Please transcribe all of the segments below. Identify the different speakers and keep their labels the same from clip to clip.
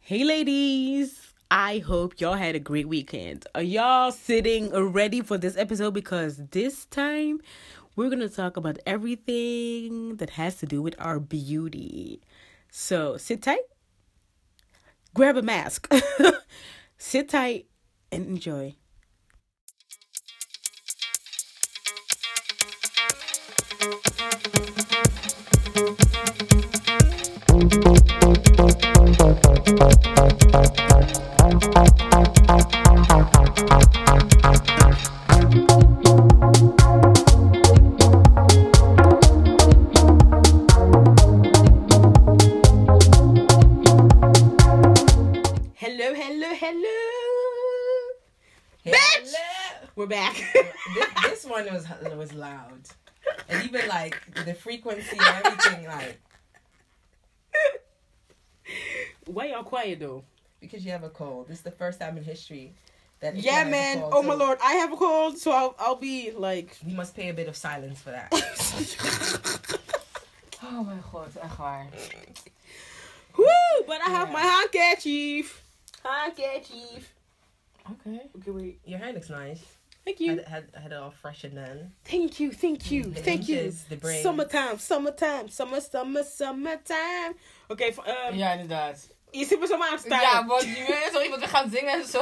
Speaker 1: Hey, ladies. I hope y'all had a great weekend. Are y'all sitting ready for this episode? Because this time we're going to talk about everything that has to do with our beauty. So sit tight, grab a mask, sit tight, and enjoy. Hello, hello, hello. Bitch! We're back.
Speaker 2: This, this one was was loud, and even like the frequency and everything, like
Speaker 1: Why y'all quiet though?
Speaker 2: because you have a cold. This is the first time in history that if you
Speaker 1: Yeah,
Speaker 2: have a
Speaker 1: man.
Speaker 2: cold,
Speaker 1: Oh my
Speaker 2: so
Speaker 1: lord, I have a cold, so I'll I'll be like.
Speaker 2: We must pay a bit of silence for that. oh my god, echt waar.
Speaker 1: Woo! But I have
Speaker 2: Yeah.
Speaker 1: my handkerchief. Handkerchief.
Speaker 2: Okay,
Speaker 1: Okay, wait.
Speaker 2: your hair looks nice.
Speaker 1: Thank
Speaker 2: Had,
Speaker 1: you.
Speaker 2: had had it all fresh and then.
Speaker 1: Thank you. Thank you.
Speaker 2: The
Speaker 1: Thank you.
Speaker 2: inches, the braids.
Speaker 1: Summertime. Summertime. Summer. Summer. Summertime. Oké, v- ehm,
Speaker 3: Ja, inderdaad.
Speaker 1: je ziet me zo maar aan het staan.
Speaker 3: Ja, want je weet zo iemand te gaan zingen en zo.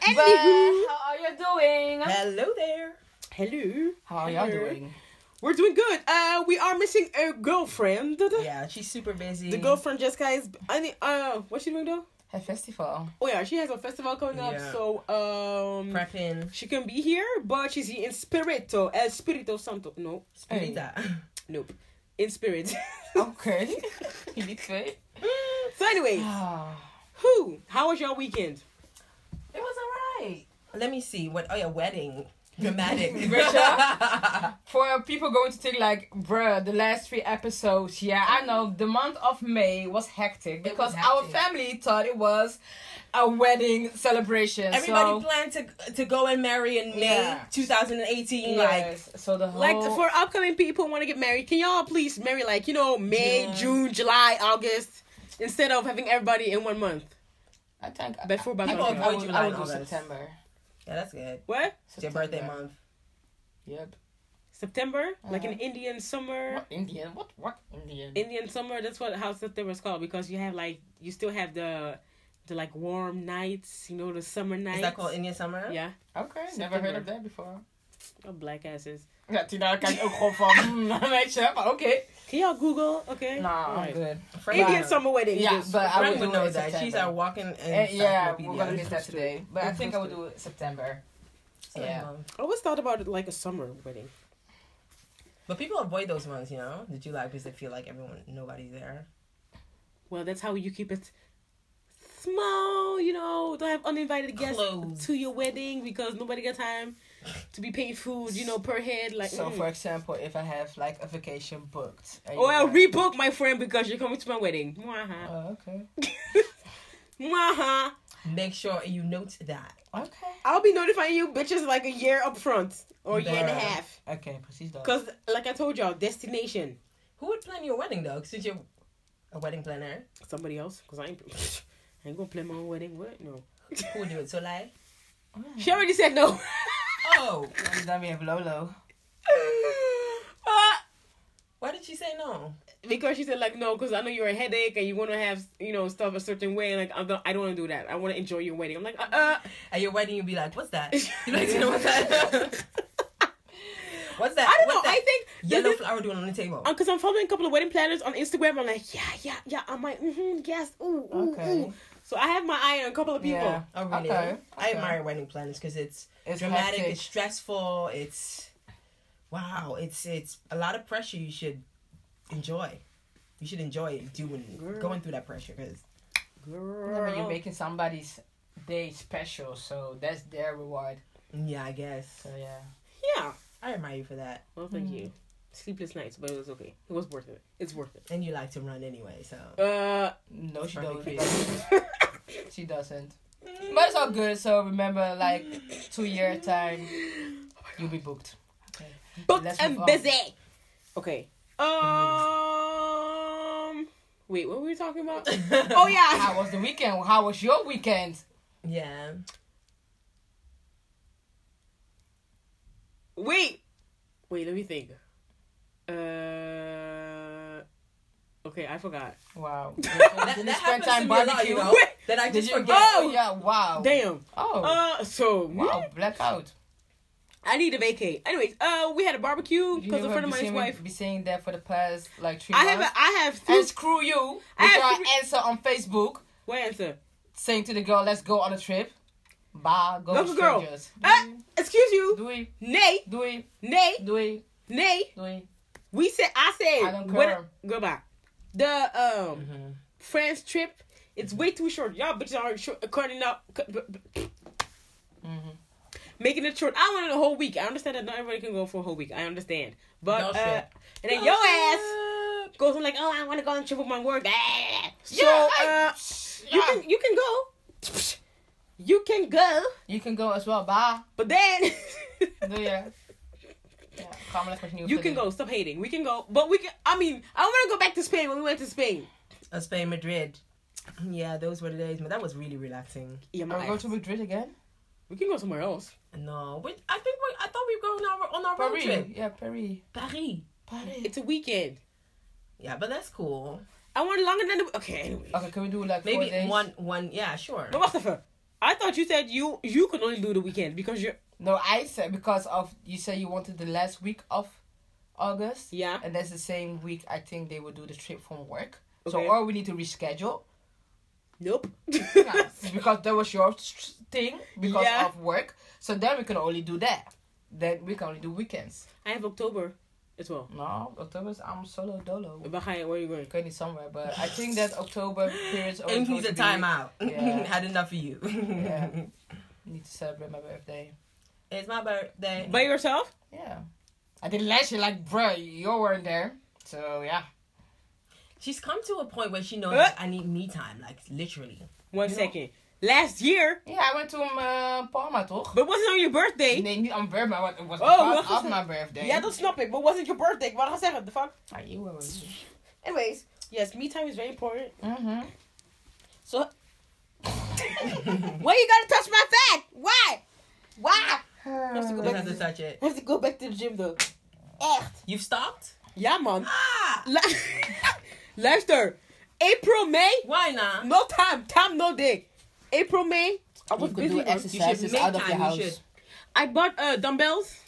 Speaker 1: Anywho.
Speaker 3: But how are you doing?
Speaker 2: Hello there.
Speaker 1: Hello.
Speaker 3: How are you
Speaker 1: Hello.
Speaker 3: doing?
Speaker 1: We're doing good. Uh, we are missing a girlfriend.
Speaker 2: Yeah, she's super busy.
Speaker 1: The girlfriend Jessica is. any- Uh, what's she doing though?
Speaker 3: Het festival.
Speaker 1: Oh yeah, she has a festival coming up,
Speaker 2: Yeah.
Speaker 1: so um,
Speaker 2: prepping.
Speaker 1: she can be here, but she's in Spirito, El Spirito Santo. No,
Speaker 2: Spirita.
Speaker 1: nope, in spirit.
Speaker 3: Oké. Jullie twee.
Speaker 1: so, anyways,
Speaker 3: Ah.
Speaker 1: who? How was your weekend?
Speaker 3: It was alright.
Speaker 2: Let me see. What? Oh yeah, wedding. Dramatic.
Speaker 3: Russia? For people going to think like, bruh, the last three episodes, yeah, I know the month of May was hectic
Speaker 2: was
Speaker 3: because our
Speaker 2: hectic.
Speaker 3: family thought it was a wedding celebration.
Speaker 2: Everybody
Speaker 3: so,
Speaker 2: planned to to go and marry in May
Speaker 3: Yeah.
Speaker 2: 2018. Like
Speaker 3: yes, so the whole
Speaker 1: Like
Speaker 2: Oh.
Speaker 1: for upcoming people who want to get married, can y'all please marry like you know May,
Speaker 2: July.
Speaker 1: June, July, August instead of having everybody in one month?
Speaker 3: I think
Speaker 1: But for
Speaker 3: I,
Speaker 1: Bangkok,
Speaker 3: I,
Speaker 1: yeah.
Speaker 3: I would,
Speaker 2: July
Speaker 3: I would
Speaker 2: and
Speaker 3: do
Speaker 2: August.
Speaker 3: September.
Speaker 2: yeah, that's good.
Speaker 1: What?
Speaker 2: It's your birthday month.
Speaker 3: Yep.
Speaker 1: September? Like an
Speaker 3: Uh-huh.
Speaker 1: Indian summer?
Speaker 3: What Indian? What what Indian?
Speaker 1: Indian summer. That's what how September is called because you have like you still have the the like warm nights. You know the summer nights.
Speaker 2: Is that called Indian summer?
Speaker 1: Yeah,
Speaker 3: okay, never
Speaker 1: September.
Speaker 3: heard of that before.
Speaker 1: oh, black asses.
Speaker 3: Ja, Tina, daar kijk ik ook gewoon van, hmm, weet je, maar oké.
Speaker 1: Can y'all Google? Okay.
Speaker 3: Nah, I'm
Speaker 1: Alright.
Speaker 3: good.
Speaker 2: Frank,
Speaker 1: Indian
Speaker 3: But-
Speaker 1: summer wedding.
Speaker 3: Yeah,
Speaker 1: yes.
Speaker 3: but I
Speaker 2: Frank
Speaker 3: would
Speaker 2: would
Speaker 3: do
Speaker 2: know
Speaker 3: it in
Speaker 2: that. She's our
Speaker 3: September.
Speaker 2: walking
Speaker 3: Eh, yeah, we're gonna
Speaker 2: encyclopedia.
Speaker 3: get that today. But I think I would do it September. yeah.
Speaker 2: Um,
Speaker 1: I always thought about it like a summer wedding.
Speaker 2: But people avoid those ones, you know, the July because they feel like everyone, nobody's there.
Speaker 1: Well, that's how you keep it small. You know, don't have uninvited guests
Speaker 2: Close.
Speaker 1: to your wedding because nobody got time to be paid food. You know, per head. Like
Speaker 3: So,
Speaker 1: mm.
Speaker 3: for example, if I have like a vacation booked. and you
Speaker 1: Oh, I'll
Speaker 3: guys-
Speaker 1: rebook my friend because you're coming to my wedding. Mwaha.
Speaker 3: Oh, okay.
Speaker 1: Mwaha.
Speaker 2: Make sure you note that.
Speaker 3: Okay.
Speaker 1: I'll be notifying you bitches like a year up front or a year and a
Speaker 3: Bruh.
Speaker 1: half.
Speaker 3: Okay, precies dat.
Speaker 1: Cause like I told y'all, destination.
Speaker 2: Who would plan your wedding though? Since you're a wedding planner,
Speaker 1: Somebody else, cause I ain't, I ain't gonna plan my own wedding. What? No.
Speaker 2: who would do it? So like,
Speaker 1: She already said no.
Speaker 2: oh,
Speaker 3: En Dan weer Lolo.
Speaker 1: Ah,
Speaker 2: why did she say no?
Speaker 1: because she said like no, cause I know you're a headache and you wanna have you know stuff a certain way and like I'm not, I don't wanna do that. I wanna enjoy your wedding. I'm like uh uh.
Speaker 2: At your wedding, you'd be like, what's that? You'd like to know what's that? what's that?
Speaker 1: I don't
Speaker 2: what's
Speaker 1: know.
Speaker 2: That
Speaker 1: I think
Speaker 2: yellow
Speaker 1: this is-
Speaker 2: flower doing on the table.
Speaker 1: because I'm following a couple of wedding planners on Instagram. I'm like yeah yeah yeah. I'm like mm-hmm, yes ooh ooh
Speaker 3: Okay.
Speaker 1: ooh. So I have my eye on a couple of people.
Speaker 3: Yeah.
Speaker 2: Oh really?
Speaker 3: Okay,
Speaker 2: I
Speaker 3: okay.
Speaker 2: admire wedding planners because it's
Speaker 3: It's
Speaker 2: dramatic,
Speaker 3: hectic.
Speaker 2: it's stressful, it's wow, it's it's a lot of pressure. You should enjoy. You should enjoy doing
Speaker 1: Girl.
Speaker 2: going through that pressure because
Speaker 3: Yeah, but
Speaker 1: Girl.
Speaker 3: you're making somebody's day special, so that's their reward.
Speaker 2: yeah, I guess
Speaker 3: So yeah.
Speaker 1: yeah.
Speaker 2: I admire you for that.
Speaker 1: Well, thank
Speaker 3: Mm.
Speaker 1: you. Sleepless nights, but it was okay. It was worth it. It's worth it.
Speaker 2: And you like to run anyway, so
Speaker 1: Uh,
Speaker 3: No, she
Speaker 2: Perfect
Speaker 3: doesn't. she doesn't. But it's all good. So remember, like two year time, you'll be booked.
Speaker 1: booked
Speaker 3: Let's
Speaker 1: and
Speaker 3: move on.
Speaker 1: busy. Okay. Um, Wait, what were we talking about?
Speaker 3: Oh yeah. How was the weekend? How was your weekend?
Speaker 2: Yeah.
Speaker 1: Wait. Wait, let me think. Uh Okay, I forgot.
Speaker 3: Wow.
Speaker 2: That,
Speaker 3: Did
Speaker 2: that
Speaker 3: you spend
Speaker 2: happens to
Speaker 3: time
Speaker 2: me a lot,
Speaker 3: barbecue?
Speaker 2: you know. That I
Speaker 3: Did
Speaker 2: just
Speaker 3: you
Speaker 2: forget.
Speaker 1: Oh!
Speaker 3: Oh yeah. Wow.
Speaker 1: Damn.
Speaker 3: Oh.
Speaker 1: Uh so
Speaker 3: wow. Blackout.
Speaker 1: I need to vacate. Anyways, uh we had a barbecue
Speaker 3: You
Speaker 1: because a
Speaker 3: have
Speaker 1: friend of
Speaker 3: been
Speaker 1: mine's
Speaker 3: saying-
Speaker 1: wife.
Speaker 3: Be saying that for the past like three
Speaker 1: I have
Speaker 3: months.
Speaker 1: a, I have three
Speaker 3: and screw you
Speaker 1: I
Speaker 3: with
Speaker 1: have
Speaker 3: your
Speaker 1: three-
Speaker 3: answer on Facebook
Speaker 1: what answer?
Speaker 3: saying to the girl, "Let's go on a trip." Bye. Go
Speaker 1: Go
Speaker 3: with
Speaker 1: for girl.
Speaker 3: strangers.
Speaker 1: Uh, excuse you.
Speaker 3: Do it.
Speaker 1: Nay,
Speaker 3: Do it.
Speaker 1: nay,
Speaker 3: Do it.
Speaker 1: nay.
Speaker 3: Do it.
Speaker 1: We said I said
Speaker 3: I don't
Speaker 1: what-
Speaker 3: care.
Speaker 1: goodbye. The um France trip, it's way too short. Y'all bitches are short, cutting up, cut- b- b-
Speaker 3: Mhm.
Speaker 1: making it short. I wanted a whole week. I understand that not everybody can go for a whole week. I understand, but
Speaker 2: No
Speaker 1: uh,
Speaker 2: shit.
Speaker 1: and then your ass goes on like, oh, I want to go on a trip with my work. Ah. So
Speaker 3: yeah,
Speaker 1: uh,
Speaker 3: I-
Speaker 1: you
Speaker 3: yeah.
Speaker 1: can you can go, you can go,
Speaker 3: You can go as well. Bye.
Speaker 1: but then
Speaker 3: Do yeah. yeah. Kamala continue
Speaker 1: you
Speaker 3: for
Speaker 1: can
Speaker 3: the-
Speaker 1: go. Stop hating. We can go, but we can. I mean, I want to go back to Spain when we went to Spain.
Speaker 2: Uh, Spain, Madrid. Yeah, those were the days, but that was really relaxing.
Speaker 1: Yeah,
Speaker 3: Are
Speaker 1: my
Speaker 3: we going
Speaker 1: ass.
Speaker 3: to Madrid again?
Speaker 1: we can go somewhere else.
Speaker 2: No, we, I think we. I thought we were going on our, on our road
Speaker 3: Paris.
Speaker 2: trip.
Speaker 3: Yeah, Paris.
Speaker 2: Paris.
Speaker 3: Paris.
Speaker 1: It's a weekend.
Speaker 2: Yeah, but that's cool.
Speaker 1: I want longer than the okay. Anyway,
Speaker 3: Okay, can we do like four
Speaker 2: Maybe
Speaker 3: days?
Speaker 2: one, one. Yeah, sure.
Speaker 1: but Mustafa, I thought you said you you could only do the weekend because you're
Speaker 3: No, I said because of you said you wanted the last week of August.
Speaker 1: yeah.
Speaker 3: And that's the same week I think they will do the trip from work. So
Speaker 1: Okay.
Speaker 3: or we need to reschedule.
Speaker 1: Nope.
Speaker 3: Yeah, because that was your s- thing because
Speaker 1: Yeah.
Speaker 3: of work. So then we can only do that. Then we can only do weekends.
Speaker 1: I have October as well.
Speaker 3: No, October's I'm solo dolo.
Speaker 1: But hi, where are you going?
Speaker 3: Going somewhere, but I think that October period's always
Speaker 2: And
Speaker 3: going
Speaker 2: he's
Speaker 3: to
Speaker 2: a
Speaker 3: be-
Speaker 2: timeout.
Speaker 3: Yeah.
Speaker 2: Had enough of you.
Speaker 3: Yeah. Need to celebrate my birthday.
Speaker 2: It's my birthday.
Speaker 1: By yourself?
Speaker 3: Yeah. I did last year, like, bruh, you weren't there. So, yeah.
Speaker 2: She's come to a point where she knows
Speaker 1: Uh.
Speaker 2: I need me time, like literally.
Speaker 1: One
Speaker 3: No.
Speaker 1: second. Last year,
Speaker 3: Yeah, I went to um, uh, Palma, toch?
Speaker 1: but wasn't on your birthday.
Speaker 3: Nee, niet aan birthday, maar het was
Speaker 1: Oh,
Speaker 3: part
Speaker 1: wacht
Speaker 3: of
Speaker 1: eens.
Speaker 3: my birthday.
Speaker 1: Yeah, don't snap it. But wasn't your birthday? What I said, what the fuck?
Speaker 3: Ah, you were with me.
Speaker 1: Anyways, yes, me time is very important.
Speaker 3: Mhm.
Speaker 1: So, why you gotta touch my fat? Why? Why? I have to go
Speaker 2: Don't have
Speaker 1: back.
Speaker 2: to
Speaker 1: To,
Speaker 2: touch it.
Speaker 1: I have to go back to the gym though. Echt.
Speaker 2: You've stopped?
Speaker 1: Ja, man.
Speaker 2: Ah!
Speaker 1: Lu- Luister. April, May.
Speaker 2: Why not?
Speaker 1: No time. Time, no day. April, May. I was
Speaker 3: You could
Speaker 1: busy.
Speaker 3: do
Speaker 1: man.
Speaker 3: exercises
Speaker 2: make
Speaker 3: out of your
Speaker 2: time, you
Speaker 3: house.
Speaker 2: should.
Speaker 1: I bought uh, dumbbells.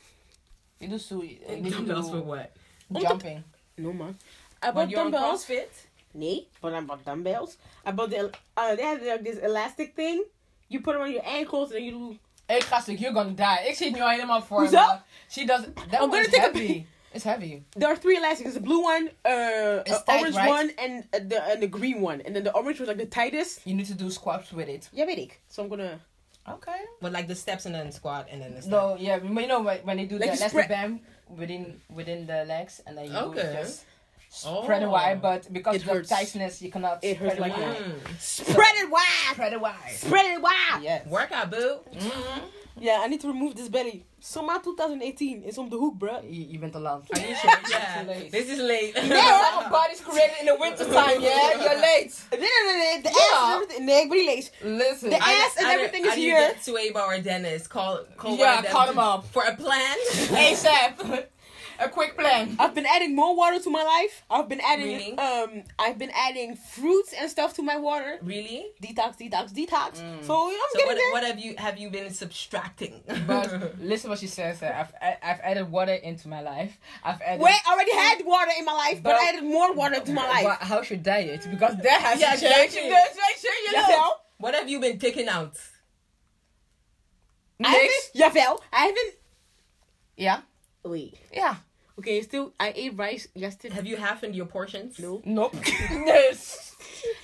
Speaker 3: You do so. You do
Speaker 2: Dumbbells for what?
Speaker 1: Om te-
Speaker 3: jumping.
Speaker 1: No, man. I
Speaker 2: When
Speaker 1: bought
Speaker 2: you're on
Speaker 1: dumbbells.
Speaker 2: CrossFit?
Speaker 1: Nee, but I bought dumbbells. I bought the, uh, they had like, this elastic thing. You put it on your ankles and then you do.
Speaker 3: Hey, Gastik, you're gonna die. Ik zie het nu al helemaal voor
Speaker 1: Hoezo? Oh,
Speaker 3: me. She does. That
Speaker 1: I'm
Speaker 3: one
Speaker 1: gonna
Speaker 3: is
Speaker 1: take a
Speaker 3: heavy. It's heavy.
Speaker 1: There are three elastics. There's a blue one, uh, a
Speaker 3: tight,
Speaker 1: orange
Speaker 3: right?
Speaker 1: one, and uh, the and the green one. And then the orange was like the tightest.
Speaker 3: You need to do squats with it.
Speaker 1: Yeah, weet ik. So I'm gonna.
Speaker 3: Okay.
Speaker 2: But like the steps and then squat and then the step.
Speaker 3: No, yeah, but you know when when they do
Speaker 1: Like
Speaker 3: that,
Speaker 1: you
Speaker 3: that's
Speaker 1: spread-
Speaker 3: the bam within within the legs, and then you
Speaker 2: Okay.
Speaker 3: just spread it
Speaker 2: Oh.
Speaker 3: wide. But because
Speaker 1: It
Speaker 3: of the
Speaker 1: hurts.
Speaker 3: tightness, you cannot
Speaker 1: It
Speaker 3: spread
Speaker 1: hurts
Speaker 3: it
Speaker 1: like
Speaker 3: wide.
Speaker 1: that.
Speaker 2: Mm.
Speaker 1: Spread it wide!
Speaker 3: Spread it wide.
Speaker 1: Spread it wide!
Speaker 3: Yes.
Speaker 2: Workout, boo. Mm-hmm.
Speaker 1: Yeah, I need to remove this belly. Summer 2018 is on the hook, bruh.
Speaker 3: You, you bent te lang.
Speaker 2: Are you sure?
Speaker 3: Too
Speaker 2: yeah.
Speaker 3: late.
Speaker 2: This is late.
Speaker 3: Yeah, our body's created in the winter time. Yeah, you're late.
Speaker 1: Nee, nee, nee, nee, de
Speaker 3: Ja.
Speaker 1: ass en everything. Nee, ik ben niet lees.
Speaker 3: Listen,
Speaker 1: The
Speaker 3: I,
Speaker 1: ass and
Speaker 2: I-
Speaker 1: everything
Speaker 2: I
Speaker 1: is
Speaker 2: need
Speaker 1: here.
Speaker 2: to get to Aba or Dennis. Call, call
Speaker 3: Yeah,
Speaker 2: one of them
Speaker 3: call them up.
Speaker 2: for a plan.
Speaker 3: ASAP. A quick plan.
Speaker 1: I've been adding more water to my life. I've been adding
Speaker 2: Really?
Speaker 1: um I've been adding fruits and stuff to my water.
Speaker 2: really?
Speaker 1: Detox, detox, detox.
Speaker 3: Mm.
Speaker 1: So you know, I'm
Speaker 2: So
Speaker 1: getting
Speaker 2: what,
Speaker 1: there.
Speaker 2: what have you have you been subtracting?
Speaker 3: But listen what she says. There. I've I, I've added water into my life. I've added.
Speaker 1: Wait, I already had water in my life, but,
Speaker 3: But-
Speaker 1: I added more water to my life.
Speaker 3: Well, how's your diet? Because that has
Speaker 2: Yeah,
Speaker 3: to change.
Speaker 2: exactly.
Speaker 3: You guys make sure you know.
Speaker 1: Jawel.
Speaker 2: what have you been taking out?
Speaker 1: I haven't
Speaker 3: Next.
Speaker 1: Jawel. I haven't
Speaker 3: Yeah.
Speaker 1: wait.
Speaker 3: Yeah.
Speaker 1: Okay, still I ate rice yesterday.
Speaker 2: Have you halved your portions?
Speaker 1: No.
Speaker 3: Nope. dus.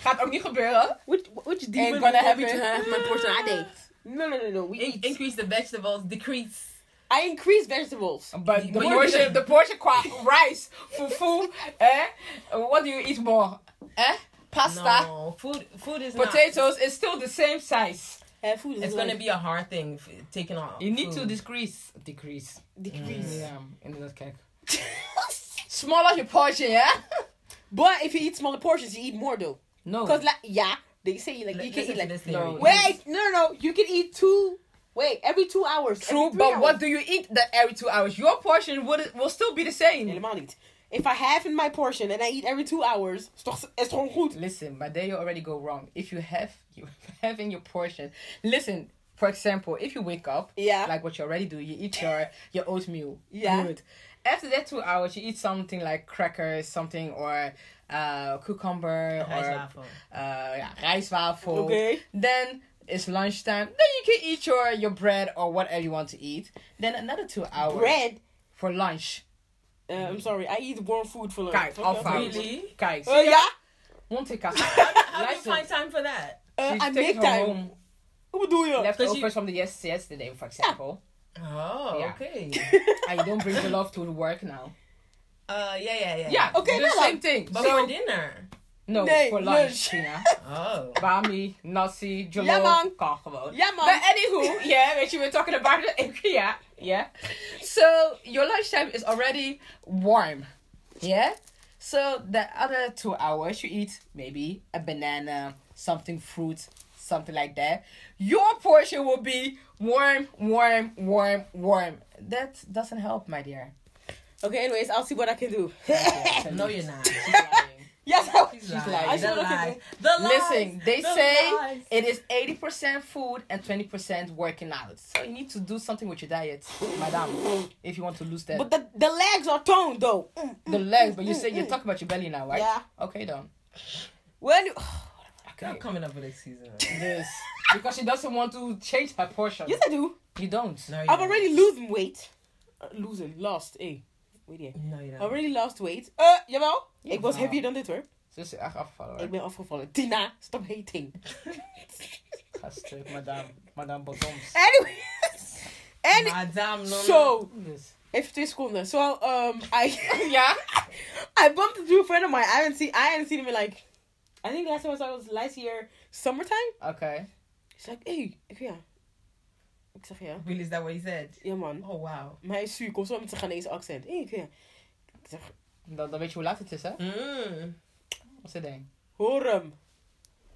Speaker 3: Gaat ook niet gebeuren.
Speaker 1: Which which demon
Speaker 3: gonna
Speaker 1: would
Speaker 3: have
Speaker 1: want me
Speaker 3: it.
Speaker 1: to have my portion I date. No no no no. We
Speaker 2: In-
Speaker 1: eat.
Speaker 2: increase the vegetables. Decrease.
Speaker 1: I increase vegetables.
Speaker 3: But the
Speaker 2: But you-
Speaker 3: portion, the portion qua rice, fufu, eh? What do you eat more? Eh? Pasta,
Speaker 2: No, food food is not.
Speaker 3: potatoes is still the same size.
Speaker 1: Uh, food is
Speaker 2: It's
Speaker 1: like
Speaker 2: gonna be a hard thing f- taking out.
Speaker 3: You need to
Speaker 2: food.
Speaker 3: decrease. Decrease.
Speaker 1: decrease.
Speaker 3: Ja, inderdaad, kijk. Smaller your portion, yeah?
Speaker 1: But if you eat smaller portions, you eat more though.
Speaker 3: No.
Speaker 1: Cause like yeah, they say like
Speaker 2: L-
Speaker 1: you can
Speaker 2: listen
Speaker 1: eat
Speaker 2: to
Speaker 1: like
Speaker 2: this
Speaker 3: no.
Speaker 2: theory.
Speaker 1: wait no no no you can eat two wait every two hours.
Speaker 3: True, but what do you eat that every two hours? Your portion would will still be the same.
Speaker 1: helemaal niet. If I have in my portion and I eat every two hours, is toch is gewoon goed.
Speaker 3: Listen, but there you already go wrong. If you have you have in your portion, listen. For example, if you wake up,
Speaker 1: Yeah.
Speaker 3: like what you already do, you eat your your oatmeal.
Speaker 1: Yeah.
Speaker 3: Good. After that two hours, you eat something like crackers, something or uh, cucumber or
Speaker 2: Rijstwafel.
Speaker 3: uh, yeah, rijstwafel.
Speaker 1: Okay.
Speaker 3: Then it's lunchtime. Then you can eat your your bread or whatever you want to eat. Then another two hours
Speaker 1: Bread.
Speaker 3: for lunch.
Speaker 1: Uh, I'm sorry, I eat warm food for lunch.
Speaker 3: Kijk,
Speaker 1: Fuck
Speaker 3: alpha.
Speaker 1: that.
Speaker 2: Really?
Speaker 3: Kijk,
Speaker 1: Uh, ja?
Speaker 2: How do you
Speaker 3: Monte
Speaker 2: find time for that?
Speaker 1: Uh,
Speaker 3: She's
Speaker 1: I make
Speaker 3: taking
Speaker 1: time.
Speaker 3: home
Speaker 1: Hoe bedoel je?
Speaker 3: leftovers from the yes yesterday, for example.
Speaker 2: Oh,
Speaker 3: Yeah.
Speaker 2: okay.
Speaker 3: and Ah, you don't bring the love to work now.
Speaker 2: Uh, yeah, yeah, yeah.
Speaker 3: Yeah,
Speaker 1: Okay,
Speaker 3: okay, the
Speaker 1: no,
Speaker 3: same
Speaker 1: like-
Speaker 3: thing.
Speaker 2: But
Speaker 3: so,
Speaker 2: for dinner.
Speaker 3: no,
Speaker 1: Nee,
Speaker 3: for
Speaker 1: lunch.
Speaker 3: lunch. Tina.
Speaker 2: Oh.
Speaker 3: Bami, nasi, jollof,
Speaker 1: Ja, man.
Speaker 3: kan gewoon.
Speaker 1: Ja, man.
Speaker 3: But anywho, yeah, weet je, we're talking about it. Yeah, yeah. So, your lunchtime is already warm. Yeah? So, the other two hours, you eat maybe a banana, something fruit, something like that. Your portion will be warm, warm, warm, warm. That doesn't help, my dear. eh,
Speaker 1: Okay, anyways, I'll see what I can do.
Speaker 2: No, you're not.
Speaker 1: yes, I will.
Speaker 2: She's lying.
Speaker 3: lying.
Speaker 1: I
Speaker 2: The
Speaker 1: see what I can
Speaker 2: lies.
Speaker 1: do.
Speaker 2: The lies.
Speaker 3: Listen, they
Speaker 2: The
Speaker 3: say
Speaker 2: lies.
Speaker 3: it is 80% food and 20% working out. So you need to do something with your diet, madam, if you want to lose that.
Speaker 1: But the, the legs are toned though. Mm.
Speaker 3: the legs, but you say you're talking about your belly now, right?
Speaker 1: Yeah.
Speaker 3: Okay, then.
Speaker 1: When you,
Speaker 2: Girl
Speaker 3: Okay.
Speaker 2: coming up with excuses.
Speaker 3: This. Because she doesn't want to change her portion.
Speaker 1: yes I do.
Speaker 3: You don't.
Speaker 2: No, you
Speaker 1: I've
Speaker 2: don't.
Speaker 1: already losing weight. Uh, losing, lost, eh? Wait here.
Speaker 2: No, you
Speaker 1: I
Speaker 2: don't.
Speaker 1: already lost weight. Uh, jawel. Ik was
Speaker 3: Jawel.
Speaker 1: heavier dan dit hoor.
Speaker 3: Ze is echt afgevallen.
Speaker 1: Ik
Speaker 3: hoor.
Speaker 1: ben afgevallen. Tina, stop hating.
Speaker 3: Ga stuk, madame. Madame Bottoms.
Speaker 1: Anyways. En
Speaker 2: Madame, no, no.
Speaker 1: so,
Speaker 3: Yes.
Speaker 1: even twee seconden. So, um, I
Speaker 3: Yeah.
Speaker 1: I bumped into a friend of mine. I haven't seen I haven't seen him in like I think last time I saw him was last year summertime.
Speaker 3: Okay.
Speaker 1: She's like, hey, ik ja. Ik zeg ja.
Speaker 2: Really, is that what he said?
Speaker 1: Ja man.
Speaker 2: Oh, wow.
Speaker 1: Maar hij is zuur. Kom zo met zijn Ghanese accent. Hé, ik ja. Ik zeg,
Speaker 3: Dan, dan weet je hoe laat het is, hè?
Speaker 2: Mm.
Speaker 3: Wat ze denkt.
Speaker 1: hoor hem.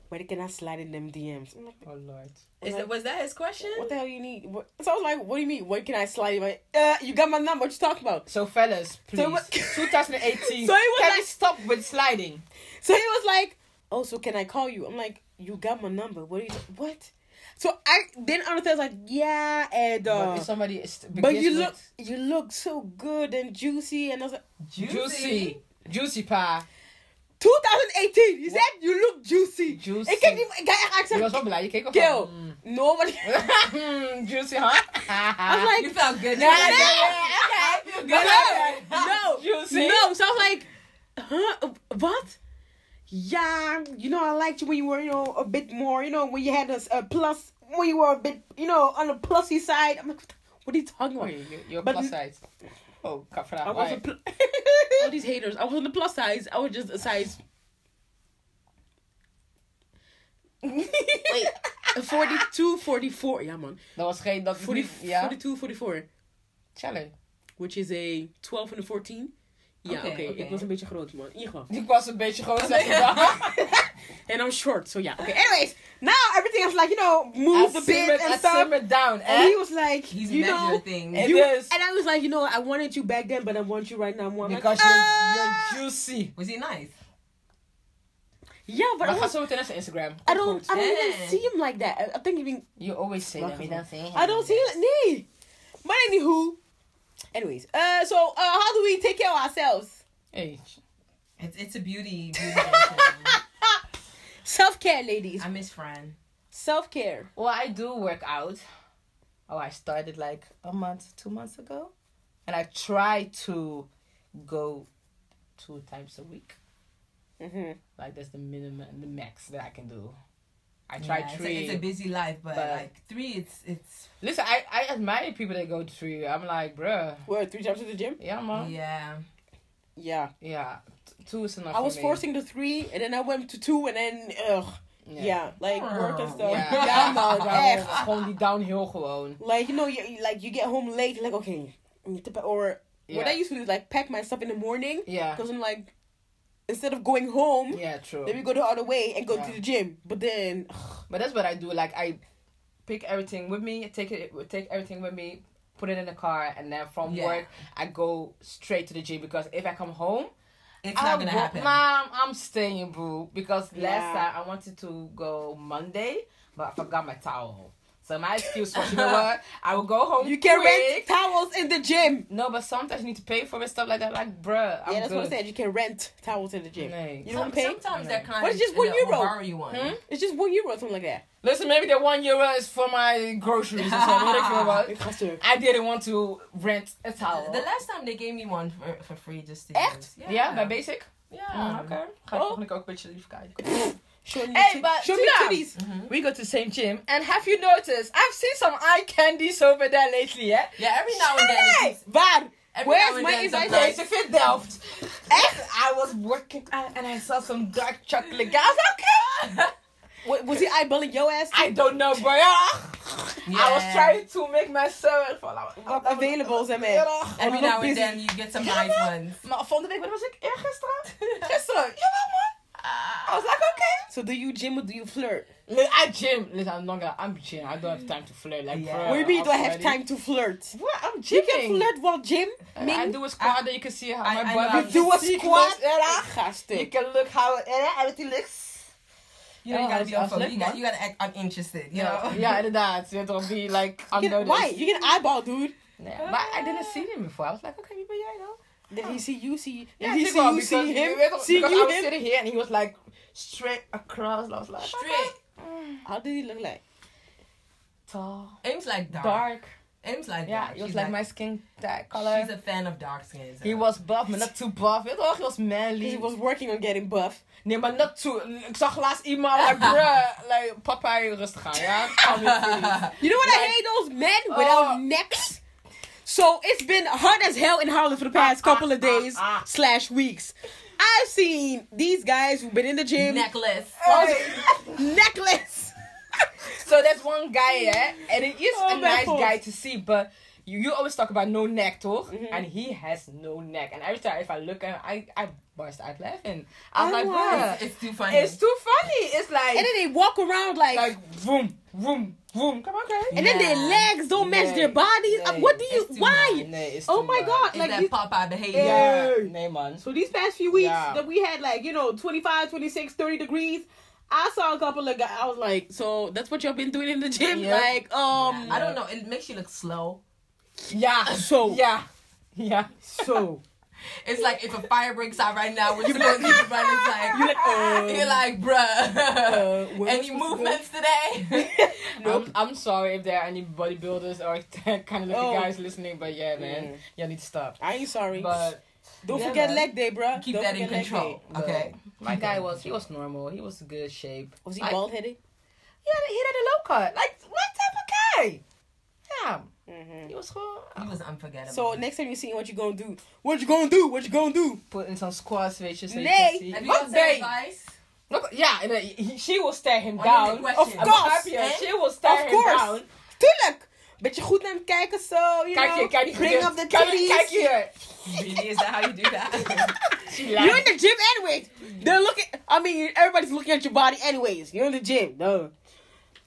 Speaker 1: Maar ik kan haar slide in them DM's. I'm like,
Speaker 3: Oh lord.
Speaker 2: Is that, was that his question?
Speaker 1: What the hell you need? What? So I was like, what do you mean? When can I slide in my... Uh, you got my number. What you talking about?
Speaker 3: So fellas, please.
Speaker 1: So what-
Speaker 3: 2018.
Speaker 1: So it was
Speaker 3: Can
Speaker 1: like-
Speaker 3: we stop with sliding?
Speaker 1: So he was like, "Oh, so can I call you?" I'm like, "You got my number. What? Are you, what?" So I didn't understand. I was like, "Yeah, and uh,
Speaker 3: but if somebody is
Speaker 1: but,
Speaker 3: begins
Speaker 1: you
Speaker 3: with
Speaker 1: look, you look so good and juicy." And I was like,
Speaker 3: juicy, juicy pa.
Speaker 1: 2018. He said, "You look juicy."
Speaker 3: Juicy.
Speaker 1: Ik kijk die guy
Speaker 3: Je
Speaker 1: accent.
Speaker 3: was wel blij. Je keek ook
Speaker 1: Kill.
Speaker 3: wel. Mm.
Speaker 1: Nobody.
Speaker 3: Mm, juicy, huh?
Speaker 1: I was like,
Speaker 2: You felt good.
Speaker 1: "Yeah, yeah,
Speaker 2: Yeah.
Speaker 1: yeah, okay."
Speaker 2: You
Speaker 1: No,
Speaker 2: felt good.
Speaker 1: no,
Speaker 3: Juicy.
Speaker 1: no. So I was like, "Huh? What?" Yeah, you know, I liked you when you were, you know, a bit more, you know, when you had a, s- a plus, when you were a bit, you know, on the plusy side. I'm like, what, the- what are you talking about?
Speaker 3: Oei, je- je
Speaker 1: But-
Speaker 3: plus size. Oh, kafra.
Speaker 1: I was a
Speaker 3: Why?
Speaker 1: pl- all these haters. I was on the plus size. I was just a size. Wait, 42, 44. Yeah, man.
Speaker 3: Dat was geen dat.
Speaker 1: 40,
Speaker 3: ja.
Speaker 1: 42, 44.
Speaker 3: Challenge.
Speaker 1: Which is a 12 and a 14. Ja, oké.
Speaker 2: Oké, oké.
Speaker 1: Ik was een beetje groot, man. In ieder geval.
Speaker 3: Ik was een beetje gewoon zeg maar.
Speaker 1: And I'm short, so yeah. Okay, anyways. Now everything is like, you know, move
Speaker 3: I
Speaker 1: the bit
Speaker 3: simmered- I
Speaker 1: and stuff.
Speaker 3: simmered down,
Speaker 1: And he
Speaker 3: eh?
Speaker 1: was like,
Speaker 2: He's
Speaker 1: you
Speaker 2: measuring
Speaker 1: know,
Speaker 2: things.
Speaker 3: It
Speaker 1: you,
Speaker 3: is.
Speaker 1: and I was like, you know, I wanted you back then, but I want you right now more. I'm
Speaker 3: Because
Speaker 1: like,
Speaker 3: you're,
Speaker 1: ah.
Speaker 3: you're juicy.
Speaker 2: Was he nice?
Speaker 1: yeah, but I,
Speaker 3: Maar ga
Speaker 1: was,
Speaker 3: zo meteen naar zijn Instagram.
Speaker 1: I don't, I
Speaker 3: Goed.
Speaker 1: don't even
Speaker 2: Yeah.
Speaker 1: see him like that. I, I think even
Speaker 3: You always say
Speaker 1: Wacht
Speaker 3: that.
Speaker 1: even.
Speaker 3: say
Speaker 1: I don't see him. Nee, but anywho, anyways, uh, so uh, how do we take care of ourselves?
Speaker 3: Hey.
Speaker 2: It's, it's a beauty. beauty session.
Speaker 1: Self care, ladies.
Speaker 2: I miss Fran.
Speaker 1: Self care.
Speaker 3: Well, I do work out. Oh, I started like a month, two months ago, and I try to go two times a week.
Speaker 1: Mhm.
Speaker 3: Like that's the minimum, the max that I can do. I
Speaker 2: Yeah,
Speaker 3: try
Speaker 2: it's a-
Speaker 3: three.
Speaker 2: It's a, busy life, but,
Speaker 3: but-
Speaker 2: like three, it's it's
Speaker 3: Listen, I I admire people that go to three. I'm like, bruh,
Speaker 1: What three times to the gym?
Speaker 3: yeah, mom, yeah.
Speaker 2: yeah.
Speaker 3: t- two is enough.
Speaker 1: I
Speaker 3: for
Speaker 1: was
Speaker 3: me.
Speaker 1: forcing the three, and then I went to two, and then ugh, yeah, like work and stuff.
Speaker 3: Oh, Yeah,
Speaker 1: Yeah, man,
Speaker 3: Daarom,
Speaker 1: echt.
Speaker 3: gewoon die downhill gewoon.
Speaker 1: Like you know, you like you get home late. Like okay, I need to pack- or
Speaker 3: Yeah.
Speaker 1: what I used to do is like pack my stuff in the morning
Speaker 3: Yeah.
Speaker 1: because I'm like, instead of going home,
Speaker 3: Yeah, true.
Speaker 1: then we go the other way and go
Speaker 3: Yeah.
Speaker 1: to the gym. But then,
Speaker 3: But that's what I do. Like I pick everything with me, take it, take everything with me, put it in the car, and then from
Speaker 2: Yeah.
Speaker 3: work I go straight to the gym because if I come home,
Speaker 2: It's
Speaker 3: I
Speaker 2: not gonna
Speaker 3: go-
Speaker 2: happen.
Speaker 3: Mom, I'm staying, boo. Because
Speaker 1: Yeah.
Speaker 3: last time I wanted to go Monday, but I forgot my towel. So my excuse was, you know what? I will go home.
Speaker 1: you can
Speaker 3: quick.
Speaker 1: rent towels in the gym.
Speaker 3: No, but sometimes you need to pay for it, stuff like that. Like, bruh, I'm
Speaker 1: yeah, that's
Speaker 3: good.
Speaker 1: what I said. You can rent towels in the gym.
Speaker 3: Like,
Speaker 1: You don't pay.
Speaker 2: Sometimes that kind
Speaker 1: What is just one
Speaker 2: they'll
Speaker 1: euro?
Speaker 2: borrow you one.
Speaker 3: Hmm?
Speaker 1: It's just one euro, something like that.
Speaker 3: Listen, maybe the one euro is for my groceries or something. What do you feel about
Speaker 1: It costs her.
Speaker 3: I didn't want to rent a towel.
Speaker 2: The last time they gave me one for, for free just to
Speaker 1: Echt?
Speaker 2: use.
Speaker 3: Ja, bij Basic. Mm.
Speaker 2: Ja.
Speaker 3: oké. Ga ik
Speaker 1: Oh.
Speaker 3: volgende keer ook een beetje lief kijken.
Speaker 1: Show me,
Speaker 3: Hey,
Speaker 1: tit-
Speaker 3: but
Speaker 1: show me
Speaker 3: Tina.
Speaker 1: titties.
Speaker 2: Mm-hmm.
Speaker 3: We go to the same gym. And have you noticed? I've seen some eye candies over there lately, eh? yeah?
Speaker 2: Yeah, every now and then.
Speaker 1: Hey,
Speaker 2: it's-
Speaker 1: bad.
Speaker 2: Every
Speaker 1: Where's
Speaker 2: now and
Speaker 1: my
Speaker 2: then
Speaker 1: invite?
Speaker 2: sometimes-
Speaker 3: Deze fit Delft. Echt? I was working out and I saw some dark chocolate. guys. okay.
Speaker 1: What, was he eyeballing your ass?
Speaker 3: I don't know, bro. I was
Speaker 2: Yeah.
Speaker 3: trying to make myself...
Speaker 1: Ook available zijn
Speaker 3: Ja,
Speaker 1: mij.
Speaker 3: toch.
Speaker 2: Every
Speaker 1: I'm not
Speaker 2: now and
Speaker 1: busy.
Speaker 2: then you get some nice ones.
Speaker 3: Maar volgende week, wat was ik? Eergisteren? Gisteren. Jawel, man.
Speaker 2: Ah.
Speaker 3: I was like, okay.
Speaker 1: So do you gym or do you flirt?
Speaker 3: Li- I gym. Listen, I'm not gonna. I'm gym. I don't have time to flirt. Like,
Speaker 2: Yeah.
Speaker 3: bro,
Speaker 1: What do you mean do I have
Speaker 3: already-
Speaker 1: time to flirt?
Speaker 3: What? I'm
Speaker 1: You can
Speaker 3: gymming.
Speaker 1: flirt while gym.
Speaker 3: I do a squat that you can see how
Speaker 2: I-
Speaker 3: my
Speaker 2: I
Speaker 3: body.
Speaker 2: know.
Speaker 1: You do a
Speaker 3: See
Speaker 1: squat.
Speaker 3: close, yeah.
Speaker 1: Ik ga
Speaker 3: You
Speaker 1: stuk.
Speaker 3: can look how yeah, everything looks.
Speaker 2: You know, you
Speaker 3: Yeah,
Speaker 2: gotta be on
Speaker 3: I was- I was
Speaker 2: phone. You,
Speaker 3: looking,
Speaker 2: got,
Speaker 3: man.
Speaker 2: you gotta act uninterested. You
Speaker 3: Yeah,
Speaker 2: know.
Speaker 3: yeah, inderdaad. You don't be like
Speaker 1: You can-
Speaker 3: unnoticed.
Speaker 1: Why? You can eyeball, dude.
Speaker 3: Yeah, but I didn't see him before. I was like, okay, maybe yeah, you know.
Speaker 1: Then he see you, see
Speaker 3: Yeah,
Speaker 1: yeah, he
Speaker 3: think
Speaker 1: see
Speaker 3: about
Speaker 1: you,
Speaker 3: it,
Speaker 1: see
Speaker 3: because-
Speaker 1: him,
Speaker 3: because
Speaker 1: see
Speaker 3: I
Speaker 1: you,
Speaker 3: was
Speaker 1: him.
Speaker 3: sitting here and he was like straight across. and I was like,
Speaker 2: Straight.
Speaker 1: How did he look like?
Speaker 3: tall,
Speaker 2: Aim's like dark.
Speaker 3: dark.
Speaker 2: Aim's like
Speaker 3: Yeah,
Speaker 2: dark.
Speaker 3: it was
Speaker 2: She's
Speaker 3: like, my skin that color.
Speaker 2: She's a fan of dark skins.
Speaker 3: He was buff, maar not too buff. Weet je toch? He was manly.
Speaker 1: 'Cause He was working on getting buff.
Speaker 3: Nee, maar not too... Ik zag laatst iemand, like, bruh, like, papa, rustig aan, ja? Kan dit niet.
Speaker 1: You know what I
Speaker 3: Like-
Speaker 1: hate those men
Speaker 3: Oh.
Speaker 1: without necks. So it's been hot as hell in Harlem for the past couple of days slash weeks. I've seen these guys who've been in the gym
Speaker 2: necklace.
Speaker 1: necklace.
Speaker 3: So there's one guy, yeah, and it is
Speaker 1: Oh, my
Speaker 3: a nice
Speaker 1: God.
Speaker 3: guy to see, but you, you always talk about no neck, toch?
Speaker 1: Mm-hmm.
Speaker 3: And he has no neck. And every time if I look at him, I, I burst out laughing. I was
Speaker 1: I
Speaker 3: like,
Speaker 1: know.
Speaker 3: bruh,
Speaker 2: It's too funny.
Speaker 3: it's too funny. It's like,
Speaker 1: And then they walk around like,
Speaker 3: like, vroom, vroom, vroom. Come on, guys.
Speaker 1: and then their
Speaker 2: Yeah.
Speaker 1: legs don't match their
Speaker 3: Nee,
Speaker 1: bodies.
Speaker 3: nee,
Speaker 1: what do you?
Speaker 2: it's too
Speaker 1: Why?
Speaker 3: Nee, it's
Speaker 1: Oh
Speaker 3: too
Speaker 1: my
Speaker 3: much.
Speaker 1: God.
Speaker 2: It's
Speaker 1: like
Speaker 2: that
Speaker 1: you-
Speaker 2: Popeye behavior.
Speaker 3: Yeah.
Speaker 1: Yeah.
Speaker 3: Nee, man.
Speaker 1: So these past few weeks
Speaker 3: Yeah.
Speaker 1: that we had like, you know, 25, 26, 30 degrees, I saw a couple of guys. I was like, so that's what y'all been doing in the gym?
Speaker 3: Yeah.
Speaker 1: Like, um,
Speaker 2: I don't know. It makes you look slow.
Speaker 3: Yeah.
Speaker 1: So.
Speaker 3: Yeah. Yeah.
Speaker 1: so.
Speaker 2: It's like if a fire breaks out right now, we're supposed to keep running. It's like
Speaker 1: You're like, uh,
Speaker 2: you're like, bruh.
Speaker 1: uh, where was
Speaker 2: Any
Speaker 1: I supposed to
Speaker 2: movements today?
Speaker 3: I'm, I'm sorry if there are any bodybuilders or kind of looking
Speaker 1: Oh.
Speaker 3: guys listening, but yeah, man, y'all need to stop.
Speaker 1: go? I ain't sorry.
Speaker 3: But
Speaker 1: don't
Speaker 3: yeah,
Speaker 1: forget
Speaker 3: man.
Speaker 1: leg day, bro.
Speaker 2: Keep
Speaker 1: don't
Speaker 2: that in
Speaker 1: forget leg
Speaker 2: control.
Speaker 1: day.
Speaker 2: Okay.
Speaker 3: my guy was he was normal. He was in good shape.
Speaker 1: Was he
Speaker 3: Like,
Speaker 1: bald headed?
Speaker 3: Yeah, he had a low cut. Like what type of guy? Yeah, he was gewoon
Speaker 2: He was unforgettable.
Speaker 1: So next time you see him, what you gonna do? What you gonna do? What you gonna do?
Speaker 3: putting some squats, weet je, so you
Speaker 1: Nee.
Speaker 3: can see.
Speaker 2: have you
Speaker 3: Wat
Speaker 2: got some
Speaker 3: ben je?
Speaker 2: advice?
Speaker 3: Look, yeah, and then he, she will stare him
Speaker 2: What is the
Speaker 3: down. Oh,
Speaker 2: question?
Speaker 1: Of course.
Speaker 3: Snap je?
Speaker 2: Eh?
Speaker 3: She will stare
Speaker 1: Of
Speaker 3: him
Speaker 1: course.
Speaker 3: down.
Speaker 1: Tuurlijk! Beetje goed naar hem kijken, zo. you
Speaker 3: Kijk
Speaker 1: know,
Speaker 3: hier, kijk hier.
Speaker 1: Bring up the
Speaker 3: Kijk hier,
Speaker 1: titties.
Speaker 3: Kijk hier.
Speaker 2: Really, is that how you do that?
Speaker 3: She
Speaker 1: You're in
Speaker 3: like,
Speaker 1: the gym anyway. They're looking. I mean, everybody's looking at your body anyways. You're in the gym, no.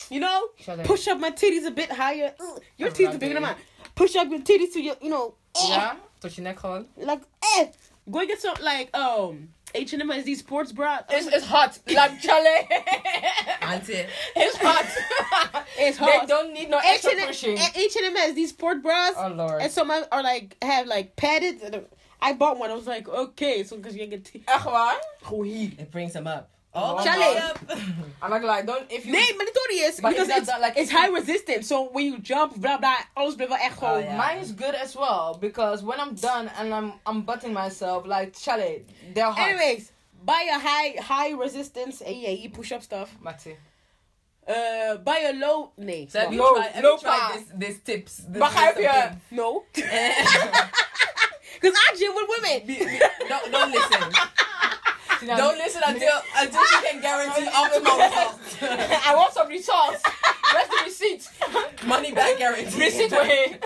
Speaker 1: You know,
Speaker 3: Shut up.
Speaker 1: push up my titties a bit higher. Ugh, Your
Speaker 3: I'm
Speaker 1: titties
Speaker 3: not
Speaker 1: are bigger than
Speaker 3: doing
Speaker 1: mine. Push up your titties to your, you know, eh,
Speaker 3: Ja, tot je nek gewoon.
Speaker 1: like eh. Go and get some like um H and M has these sports bra.
Speaker 3: It's, it's hot. Like Charlie.
Speaker 2: Auntie.
Speaker 3: it's hot.
Speaker 1: It's
Speaker 3: They
Speaker 1: hot.
Speaker 3: don't need no
Speaker 1: H
Speaker 3: extra
Speaker 1: and M
Speaker 3: pushing.
Speaker 1: H and M has these sport bras,
Speaker 3: Oh lord.
Speaker 1: and some are like have like padded. and, uh, I bought one. I was like, okay, so because you get.
Speaker 3: Echt waar?
Speaker 1: Go here.
Speaker 2: It brings him up.
Speaker 3: Oh,
Speaker 2: the
Speaker 1: Charlie.
Speaker 2: way up.
Speaker 3: I'm not gonna lie, don't if you
Speaker 1: Nee, maar dat is
Speaker 3: Maar
Speaker 1: because
Speaker 3: is dat
Speaker 1: it's,
Speaker 3: dan, like,
Speaker 1: it's high resistance. So when you jump, blah blah, alles blijft wel echt gewoon.
Speaker 2: Oh, ja.
Speaker 3: Mine is good as well because when I'm done and I'm I'm butting myself like Charlie, they're hot.
Speaker 1: Anyways, buy a high high resistance and yeah, you push up stuff.
Speaker 3: Matty.
Speaker 1: Uh, buy a low. Nee.
Speaker 2: So have you
Speaker 3: No,
Speaker 2: tried, have
Speaker 3: no
Speaker 2: you tried
Speaker 3: pa.
Speaker 2: this, this tips? This
Speaker 3: Begrijp
Speaker 2: list of
Speaker 1: uh,
Speaker 3: je?
Speaker 2: tips?
Speaker 1: No. Because I gym with women.
Speaker 2: don't, don't listen. Don't listen until until she can guarantee optimal results.
Speaker 3: I want some results. Where's the receipt?
Speaker 2: Money back guarantee.
Speaker 3: receipt for him.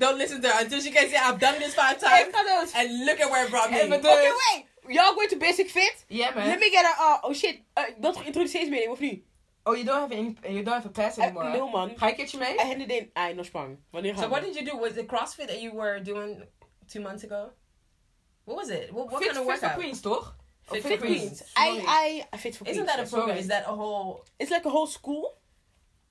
Speaker 2: Don't listen to her until she can say I've done this five
Speaker 1: Hey,
Speaker 2: times
Speaker 1: cut those.
Speaker 2: and look at where it brought me.
Speaker 3: Hey, but
Speaker 1: Okay,
Speaker 3: Yes.
Speaker 1: wait. Y'all going to Basic Fit?
Speaker 3: Yeah, man.
Speaker 1: Let me get a. Uh, oh shit, eh, ik dat geïntroduceerd of niet?
Speaker 3: Oh, you don't have any, you don't have a pass
Speaker 1: Eh,
Speaker 3: anymore.
Speaker 1: nul, man.
Speaker 3: Ga ik het je mee?
Speaker 1: Hij hende in. Ah, nog spang. Wanneer gaan
Speaker 2: So
Speaker 1: we?
Speaker 2: what did you do? Was it CrossFit that you were doing two months ago? What was it? What, what
Speaker 3: fit,
Speaker 2: kind of
Speaker 3: Fit for
Speaker 2: workout?
Speaker 3: Queens, toch?
Speaker 2: Fit
Speaker 3: for
Speaker 2: for
Speaker 3: Queens.
Speaker 2: Queens.
Speaker 1: I, I, I fit for
Speaker 2: Isn't
Speaker 1: Queens.
Speaker 2: that a
Speaker 3: Sorry.
Speaker 2: program? Is that a whole?
Speaker 1: It's like a whole school.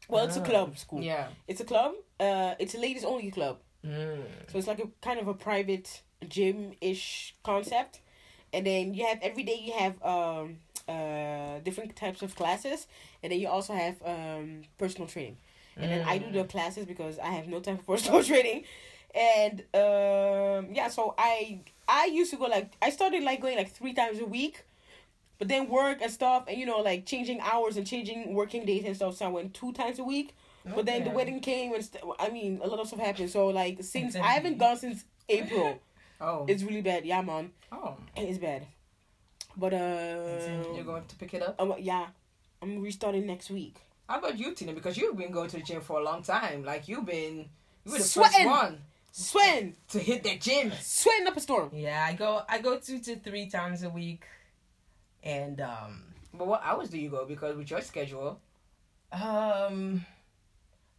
Speaker 1: Well, it's a
Speaker 2: Ah.
Speaker 1: club school.
Speaker 3: Yeah.
Speaker 1: It's a club. Uh, it's a ladies only club.
Speaker 2: mm,
Speaker 1: So it's like a kind of a private gym ish concept. And then you have every day you have um uh different types of classes and then you also have um personal training. And then I do the classes because I have no time for personal training. And um yeah, so I I used to go like I started like going like three times a week. But then work and stuff and you know like changing hours and changing working days and stuff so I went two times a week. But then the
Speaker 2: Okay.
Speaker 1: wedding came and st- I mean a lot of stuff happened. So like since I haven't gone since April.
Speaker 3: Oh.
Speaker 1: It's really bad. Yeah, man.
Speaker 3: oh.
Speaker 1: It's bad. But
Speaker 3: You're
Speaker 1: uh,
Speaker 3: going to pick it up.
Speaker 1: um, yeah, I'm restarting next week.
Speaker 3: How about you, Tina? Because you've been going to the gym for a long time. Like you've been, you were the
Speaker 1: Sweating.
Speaker 3: first one
Speaker 1: Sweating,
Speaker 3: to hit that gym.
Speaker 1: sweating up a storm.
Speaker 2: Yeah, I go. I go two to three times a week, and um,
Speaker 3: But what hours do you go? Because with your schedule.
Speaker 2: um,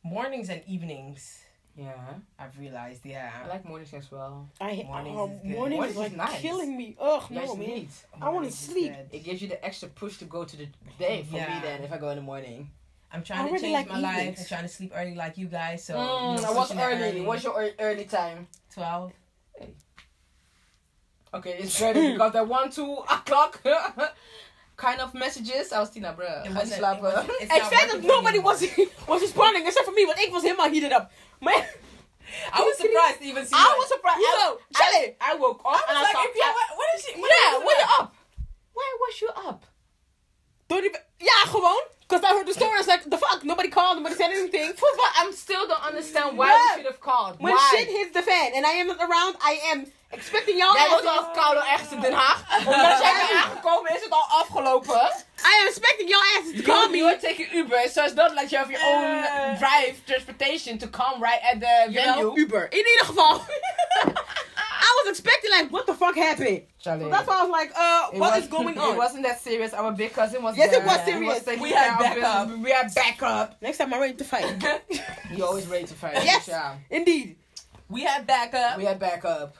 Speaker 2: mornings and evenings.
Speaker 3: Yeah.
Speaker 2: I've realized.
Speaker 3: I
Speaker 2: Yeah.
Speaker 3: like mornings as well.
Speaker 1: I
Speaker 2: Mornings
Speaker 1: um,
Speaker 2: is good.
Speaker 1: morning
Speaker 3: Mornings
Speaker 1: is
Speaker 3: is
Speaker 1: like
Speaker 3: nice.
Speaker 1: killing me. Ugh,
Speaker 3: Nice
Speaker 1: no
Speaker 3: to
Speaker 1: man.
Speaker 3: meet.
Speaker 1: I want to
Speaker 2: Mornings is
Speaker 1: sleep.
Speaker 2: good.
Speaker 3: It gives you the extra push to go to the day for
Speaker 2: Yeah.
Speaker 3: me then if I go in the morning.
Speaker 2: I'm
Speaker 1: I
Speaker 2: trying to
Speaker 1: really like
Speaker 2: change my life.
Speaker 1: evenings.
Speaker 2: I'm trying to sleep early like you guys. So you know,
Speaker 3: Mm, I was
Speaker 2: pushing it
Speaker 3: early. What's your ear- early time?
Speaker 2: twelve?
Speaker 3: Okay, it's early because the one two o'clock kind of messages. I was Tina, bruh.
Speaker 2: It
Speaker 3: I
Speaker 2: wasn't-
Speaker 3: slaap
Speaker 2: it
Speaker 3: her.
Speaker 2: wasn't- it's
Speaker 1: And
Speaker 2: not
Speaker 1: fact
Speaker 2: working
Speaker 1: that
Speaker 2: for
Speaker 1: nobody
Speaker 2: me
Speaker 1: was was responding except for me. But it was him. I heated up. Man,
Speaker 2: I was surprised to even see.
Speaker 1: I
Speaker 2: like-
Speaker 1: was surprised.
Speaker 3: You
Speaker 1: I,
Speaker 3: know,
Speaker 1: Charlie,
Speaker 3: I woke up
Speaker 2: I
Speaker 3: and I
Speaker 2: was
Speaker 3: saw.
Speaker 2: like, if you're, what, what is she? What is
Speaker 3: yeah, when
Speaker 2: that?
Speaker 3: you're up. Why was you up?
Speaker 1: don't even. Yeah, gewoon. Cause I heard the story. It's like the fuck. Nobody called. Nobody said anything.
Speaker 3: First of all, I'm still don't understand why
Speaker 1: Bruh.
Speaker 3: we should have called.
Speaker 1: When
Speaker 3: why?
Speaker 1: shit hits the fan and I am not around, I am expecting y'all
Speaker 3: Jij was
Speaker 1: asses.
Speaker 3: al koud en ergens in Den Haag. Omdat jij bent aangekomen is het al afgelopen.
Speaker 1: I am expecting y'all asses to call me.
Speaker 3: You were taking Uber, so it's not like you have your own
Speaker 2: Yeah.
Speaker 3: drive transportation to come right at the
Speaker 1: Jawel,
Speaker 3: venue.
Speaker 1: Uber. In ieder geval. I was expecting like, what the fuck happened?
Speaker 3: Charlie.
Speaker 1: So that's why I was like, uh,
Speaker 3: It
Speaker 1: what
Speaker 3: was-
Speaker 1: is going on?
Speaker 3: It wasn't that serious. Our big cousin was.
Speaker 1: Yes, it
Speaker 3: there.
Speaker 1: was
Speaker 3: He
Speaker 1: serious.
Speaker 3: taking
Speaker 2: We
Speaker 3: care
Speaker 2: had
Speaker 3: of
Speaker 2: backup.
Speaker 3: business. We had backup.
Speaker 1: Next time I'm ready to fight.
Speaker 3: You always ready to fight.
Speaker 1: Yes.
Speaker 3: Yeah.
Speaker 1: Indeed.
Speaker 2: We had backup.
Speaker 3: We had backup.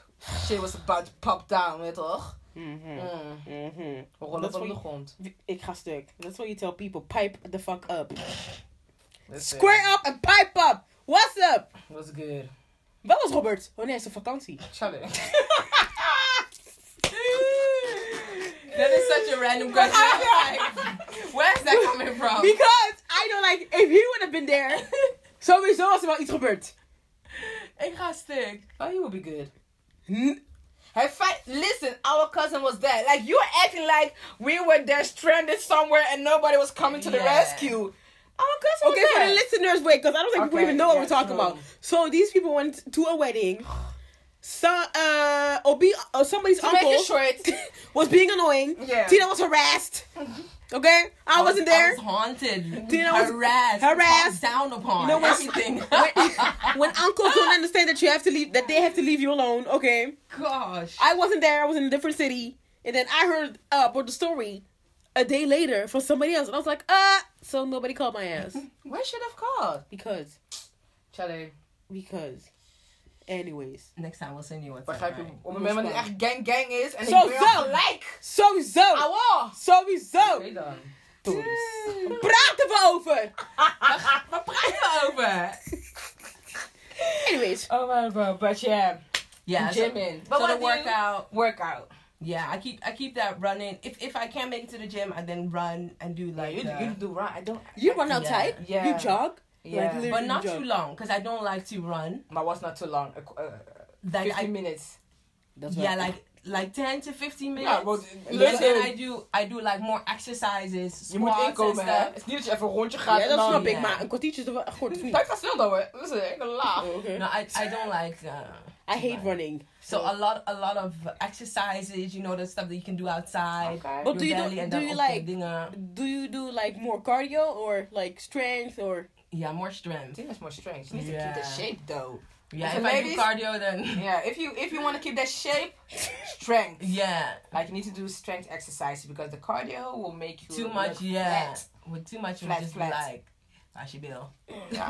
Speaker 3: Shit was about to pop down, weet je toch?
Speaker 1: Mm-hmm.
Speaker 3: Mm.
Speaker 1: Mm-hmm.
Speaker 3: We rollen
Speaker 1: Dat
Speaker 3: op
Speaker 1: vond
Speaker 3: de
Speaker 1: ik-
Speaker 3: grond.
Speaker 1: Ik ga stuk. That's what you tell people. Pipe the fuck up.
Speaker 3: That's it.
Speaker 1: Square up and pipe up. What's up?
Speaker 3: Was good.
Speaker 1: Wat was Robert? Oh nee, hij is op vakantie.
Speaker 3: Charlie.
Speaker 2: That is such a random question. Like, where's that coming from?
Speaker 1: Because I know like, if he would have been there, sowieso was er wel iets gebeurd.
Speaker 2: Ik ga stuk.
Speaker 3: Oh, you will be good.
Speaker 1: N-
Speaker 3: Hey, fight. Listen, our cousin was there. Like you were acting like we were there stranded somewhere and nobody was coming to the
Speaker 2: Yeah.
Speaker 3: rescue.
Speaker 2: Oh,
Speaker 3: Our cousin
Speaker 1: Okay,
Speaker 3: was
Speaker 1: for
Speaker 3: there.
Speaker 1: the listeners, wait, because I don't think people
Speaker 3: Okay,
Speaker 1: even know what
Speaker 3: yeah,
Speaker 1: we're talking
Speaker 3: true.
Speaker 1: about. So these people went to a wedding. So, uh, Obi, uh, somebody's
Speaker 3: to make
Speaker 1: uncle
Speaker 3: it short.
Speaker 1: was being annoying.
Speaker 3: Yeah.
Speaker 1: Tina was harassed. Okay, I, wasn't there.
Speaker 2: I was haunted.
Speaker 1: Tina was-
Speaker 2: harassed.
Speaker 1: harassed.
Speaker 2: talked down upon.
Speaker 1: You know what-
Speaker 2: Everything.
Speaker 1: when uncles don't understand that you have to leave, that they have to leave you alone. Okay,
Speaker 2: Gosh.
Speaker 1: I wasn't there. I was in a different city, and then I heard uh, about the story a day later from somebody else, and I was like, uh, so nobody called my ass
Speaker 3: Why should I have called?
Speaker 1: because
Speaker 3: Charlie.
Speaker 1: because, anyways.
Speaker 2: Next time we'll send you what's
Speaker 3: Begrijp je?
Speaker 2: up,
Speaker 3: Op het moment dat het echt gang-gang is en
Speaker 1: Zo,
Speaker 3: ik ben
Speaker 1: zo.
Speaker 3: gelijk.
Speaker 1: Sowieso,
Speaker 3: Auw.
Speaker 1: sowieso.
Speaker 3: Oké dan.
Speaker 1: Praten we over.
Speaker 2: right? Waar praten we over?
Speaker 1: Anyways,
Speaker 3: Oh my god, but yeah.
Speaker 2: Yeah, so-
Speaker 3: Gym in.
Speaker 2: But
Speaker 3: So
Speaker 2: what
Speaker 3: the
Speaker 2: do you-
Speaker 3: workout. Workout.
Speaker 2: Yeah, I keep I keep that running. If if I can't make it to the gym, I then run and do like
Speaker 3: you,
Speaker 2: the-
Speaker 3: you do right. I don't.
Speaker 1: you run
Speaker 2: Yeah.
Speaker 1: outside,
Speaker 3: Yeah.
Speaker 1: you jog,
Speaker 3: Yeah.
Speaker 1: like, literally
Speaker 2: but not
Speaker 1: you
Speaker 2: too
Speaker 1: jog.
Speaker 2: long because I don't like to run.
Speaker 3: My was not too long. Uh, uh,
Speaker 2: Like
Speaker 3: 15
Speaker 2: I
Speaker 3: minutes.
Speaker 1: That's
Speaker 2: yeah,
Speaker 1: right.
Speaker 2: like like ten to fifteen minutes.
Speaker 3: Ja, want-
Speaker 2: and
Speaker 3: listen.
Speaker 2: then I do I do like more exercises,
Speaker 3: Je moet
Speaker 2: squats and
Speaker 3: inkomen, hè?
Speaker 2: stuff.
Speaker 3: Het is niet dat je even een rondje gaat
Speaker 1: ja,
Speaker 3: en
Speaker 1: dat
Speaker 3: dan...
Speaker 1: snap ik,
Speaker 2: ja.
Speaker 1: maar een kwartiertje is toch wel goed.
Speaker 3: Tijd gaat snel dan, hoor. Dat is echt een laag.
Speaker 1: Oh, okay.
Speaker 2: No, I I don't like. Uh,
Speaker 1: I hate running.
Speaker 2: so a lot a lot of exercises, you know, the stuff that you can do outside.
Speaker 3: Okay.
Speaker 1: But do
Speaker 2: Your
Speaker 1: you do,
Speaker 2: belly and
Speaker 1: do
Speaker 2: then
Speaker 1: you
Speaker 2: open
Speaker 1: like
Speaker 2: dinger.
Speaker 1: do you do like more cardio or like strength or
Speaker 2: Yeah, more strength.
Speaker 3: Tina's more strange. She needs to
Speaker 2: Yeah.
Speaker 3: keep the shape, though.
Speaker 2: Yeah,
Speaker 3: So
Speaker 2: if
Speaker 3: ladies-
Speaker 2: I do cardio, then
Speaker 3: Yeah, if you if you want to keep that shape, strength.
Speaker 2: yeah,
Speaker 3: Like you need to do strength exercises because the cardio will make you
Speaker 2: too
Speaker 3: look
Speaker 2: much. Yeah,
Speaker 3: flat.
Speaker 2: with too much, you
Speaker 3: Flat,
Speaker 2: just be
Speaker 3: flat.
Speaker 2: like, I should be ill.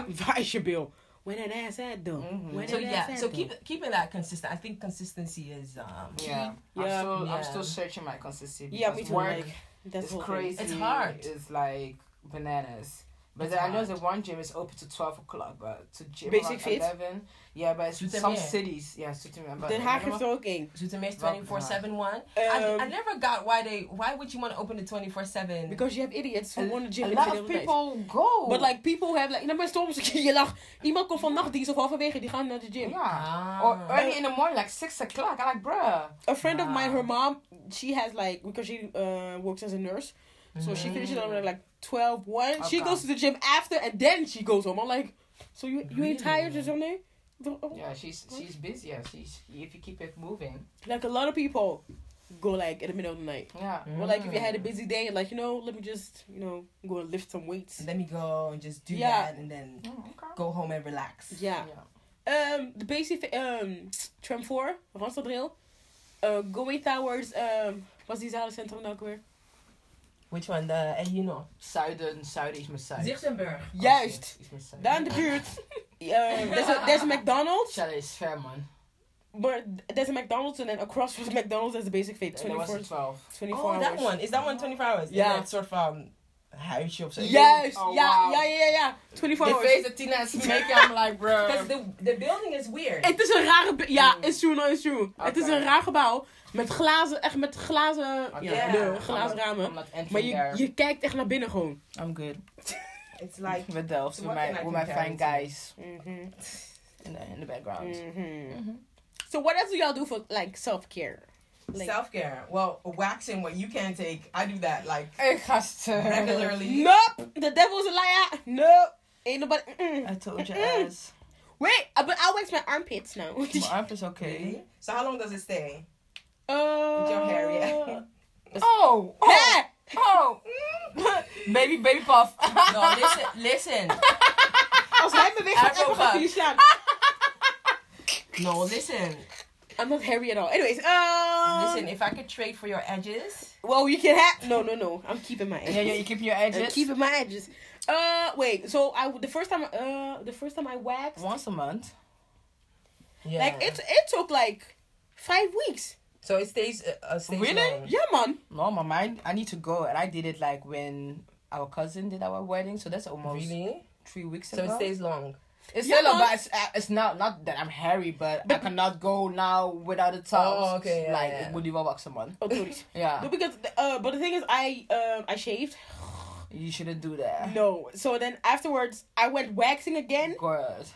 Speaker 1: Vice Bill.
Speaker 4: When that ass had though. When
Speaker 2: So
Speaker 4: that ass
Speaker 2: yeah,
Speaker 4: had
Speaker 2: so
Speaker 4: though.
Speaker 2: keep keeping that consistent. I think consistency is um,
Speaker 3: Yeah.
Speaker 1: Yeah.
Speaker 3: I'm still I'm
Speaker 2: Yeah.
Speaker 3: still searching my consistency.
Speaker 1: Yeah,
Speaker 3: because
Speaker 1: me too.
Speaker 3: Work
Speaker 1: like, that's
Speaker 3: is
Speaker 1: what-
Speaker 3: crazy.
Speaker 2: It's hard.
Speaker 3: It's like bananas. But
Speaker 2: It's
Speaker 3: then I know
Speaker 2: hard.
Speaker 3: the one gym is open to twelve o'clock, but to gym
Speaker 1: Basic
Speaker 3: around
Speaker 1: Fit?
Speaker 3: eleven. Yeah, but
Speaker 2: Zoetermeer.
Speaker 3: it's some cities. Yeah, Zoetermeer. But
Speaker 1: Den Haag heeft er ook één.
Speaker 2: Zoetermeer's
Speaker 3: Rock
Speaker 2: 24-7 one. I, I
Speaker 1: Um,
Speaker 2: never got why they, why would you want to open it 24-7?
Speaker 1: Because you have idiots who want to
Speaker 3: a
Speaker 1: gym.
Speaker 3: lot of people go.
Speaker 1: But like people who have like, nou maar soms je lacht. Iemand komt van nachtdienst of halverwege die gaan naar de gym.
Speaker 3: yeah,
Speaker 2: Ah.
Speaker 3: or early in the morning, like six o'clock. I'm like, bruh.
Speaker 1: A friend of mine,
Speaker 2: Wow.
Speaker 1: her mom, she has like because she uh, works as a nurse, so she finishes around like 12, 1. She
Speaker 3: Mm. Okay.
Speaker 1: goes to the gym after, and then she goes home. I'm like, so you you ain't tired oh. or something?
Speaker 3: Yeah, she's she's busy. Yeah, she's if you keep it moving.
Speaker 1: Like a lot of people go like in the middle of the night.
Speaker 3: Yeah.
Speaker 1: Or like if you had a busy day, like you know, let me just you know go and lift some weights.
Speaker 2: Let me go and just do
Speaker 1: Yeah.
Speaker 2: that and then
Speaker 3: Oh, okay.
Speaker 2: go home and relax.
Speaker 1: Yeah. Um, the basic um tram four, Randstadril, uh, going towards um, was die zalencentrum nou ook weer?
Speaker 3: Oh,
Speaker 2: Which one? The, eh, you know. Oh,
Speaker 3: Zuiden, zuiden is mijn zuid.
Speaker 2: Zichtenburg.
Speaker 1: Juist.
Speaker 3: Is mijn zuid.
Speaker 1: Daar in de buurt. Um, there's, a, there's a McDonald's,
Speaker 3: Zuiden is ver man.
Speaker 1: but there's a McDonald's and then across from the McDonald's there's a basic fit.
Speaker 3: There was
Speaker 1: 24,
Speaker 3: a twelve.
Speaker 1: 24
Speaker 2: Oh,
Speaker 1: hours.
Speaker 2: that one. Is that one 24 hours?
Speaker 1: Yeah.
Speaker 2: It's sort of um, huisje of zo.
Speaker 1: Yes,
Speaker 3: Oh,
Speaker 1: yeah,
Speaker 3: wow.
Speaker 1: yeah, yeah, yeah. 24
Speaker 3: The
Speaker 1: hours.
Speaker 3: face that Tina is making, I'm like, bro.
Speaker 2: Because the, the building is weird.
Speaker 1: Het is een rare... be- Ja, it's true, no, it's true. Het is
Speaker 3: Oké.
Speaker 1: een raar gebouw. Met glazen, echt met glazen...
Speaker 3: Okay.
Speaker 1: Ja, deuren, glazen
Speaker 3: I'm
Speaker 1: ramen.
Speaker 3: not entering
Speaker 1: Maar
Speaker 3: there.
Speaker 1: je, je kijkt echt naar binnen gewoon.
Speaker 3: I'm good.
Speaker 2: It's like
Speaker 3: With Delft, with
Speaker 2: What
Speaker 3: my,
Speaker 2: can I
Speaker 3: with my
Speaker 2: compare
Speaker 3: fine
Speaker 2: it to?
Speaker 3: guys
Speaker 1: Mhm.
Speaker 3: in the, in the background. Mm-hmm.
Speaker 1: Mhm. So what else do y'all do for like self-care? Like-
Speaker 2: self care. Well, waxing, what you can take, I do that like
Speaker 3: Hey, gasten.
Speaker 2: regularly.
Speaker 1: Nope. The devil's a liar. Nope. Ain't nobody. Mm-mm.
Speaker 3: I told you as.
Speaker 1: Wait, uh, but I wax my armpits now.
Speaker 3: My arm is okay.
Speaker 2: Really? So, how long does it stay?
Speaker 1: Oh.
Speaker 2: With your hair, yeah.
Speaker 3: Oh! Oh!
Speaker 1: Yeah.
Speaker 3: oh. baby, baby puff.
Speaker 2: no, listen, listen.
Speaker 1: Als hij me weg gaat,
Speaker 2: Afro
Speaker 1: even gaan
Speaker 2: puff.
Speaker 1: jullie slaan.
Speaker 2: No, listen.
Speaker 1: I'm not hairy at all. Anyways, um.
Speaker 2: Listen, if I could trade for your edges.
Speaker 1: Well, you can have. No, no, no. I'm keeping my edges.
Speaker 3: yeah, yeah, you keep your
Speaker 1: I'm
Speaker 3: edges.
Speaker 1: keeping my edges. Uh, wait. So I the first time uh the first time I waxed,
Speaker 3: Once a month.
Speaker 2: Yeah.
Speaker 1: like it it took like five weeks.
Speaker 2: So it stays. Uh, uh, stays long.
Speaker 1: Yeah, man.
Speaker 3: No, my mind. I need to go, and I did it like when our cousin did our wedding, so that's almost
Speaker 2: Oh, Really?
Speaker 3: three weeks
Speaker 2: So
Speaker 3: ago.
Speaker 2: it stays long.
Speaker 3: It's
Speaker 1: Yeah,
Speaker 3: still
Speaker 1: mom.
Speaker 3: about. It's, uh, it's not not that I'm hairy, but, I cannot go now without a towel.
Speaker 2: Oh, okay, yeah,
Speaker 3: like
Speaker 2: yeah.
Speaker 3: it would even work someone.
Speaker 1: Oh, dude.
Speaker 3: Yeah,
Speaker 1: No, because uh, but the thing is, I um I shaved.
Speaker 3: you shouldn't do that.
Speaker 1: No. So then afterwards, I went waxing again.
Speaker 3: God.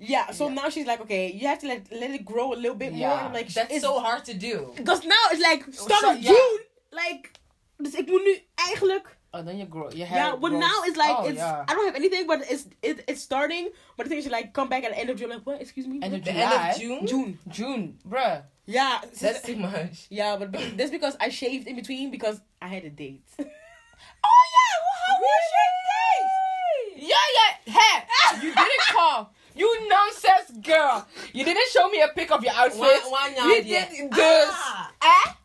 Speaker 1: Yeah. So
Speaker 3: Yeah.
Speaker 1: now she's like, okay, you have to let let it grow a little bit more.
Speaker 3: Yeah.
Speaker 1: And I'm like,
Speaker 2: That's
Speaker 1: it's,
Speaker 2: so hard to do.
Speaker 1: Because now it's like start
Speaker 3: Oh, So,
Speaker 1: of
Speaker 3: yeah.
Speaker 1: June. Like, dus ik moet nu eigenlijk.
Speaker 3: Oh, then you grow your hair.
Speaker 1: Yeah, but
Speaker 3: grows-
Speaker 1: now it's like
Speaker 3: oh,
Speaker 1: it's
Speaker 3: yeah.
Speaker 1: I don't have anything, but it's it, it's starting. But the thing is, you like come back at the end of June. Like, what? Excuse me.
Speaker 3: End
Speaker 1: What?
Speaker 3: of
Speaker 2: The
Speaker 3: July?
Speaker 2: end of June.
Speaker 1: June.
Speaker 3: June, bruh.
Speaker 1: Yeah. s-
Speaker 2: That's too much.
Speaker 1: yeah, but be- that's because I shaved in between because I had a date. oh yeah,
Speaker 3: how was your date? Yeah, yeah, hey, you didn't call. You nonsense girl. You didn't show me a pic of your outfit.
Speaker 2: Why- why not
Speaker 3: you
Speaker 2: yet?
Speaker 3: didn't this.
Speaker 2: Ah.
Speaker 3: Eh?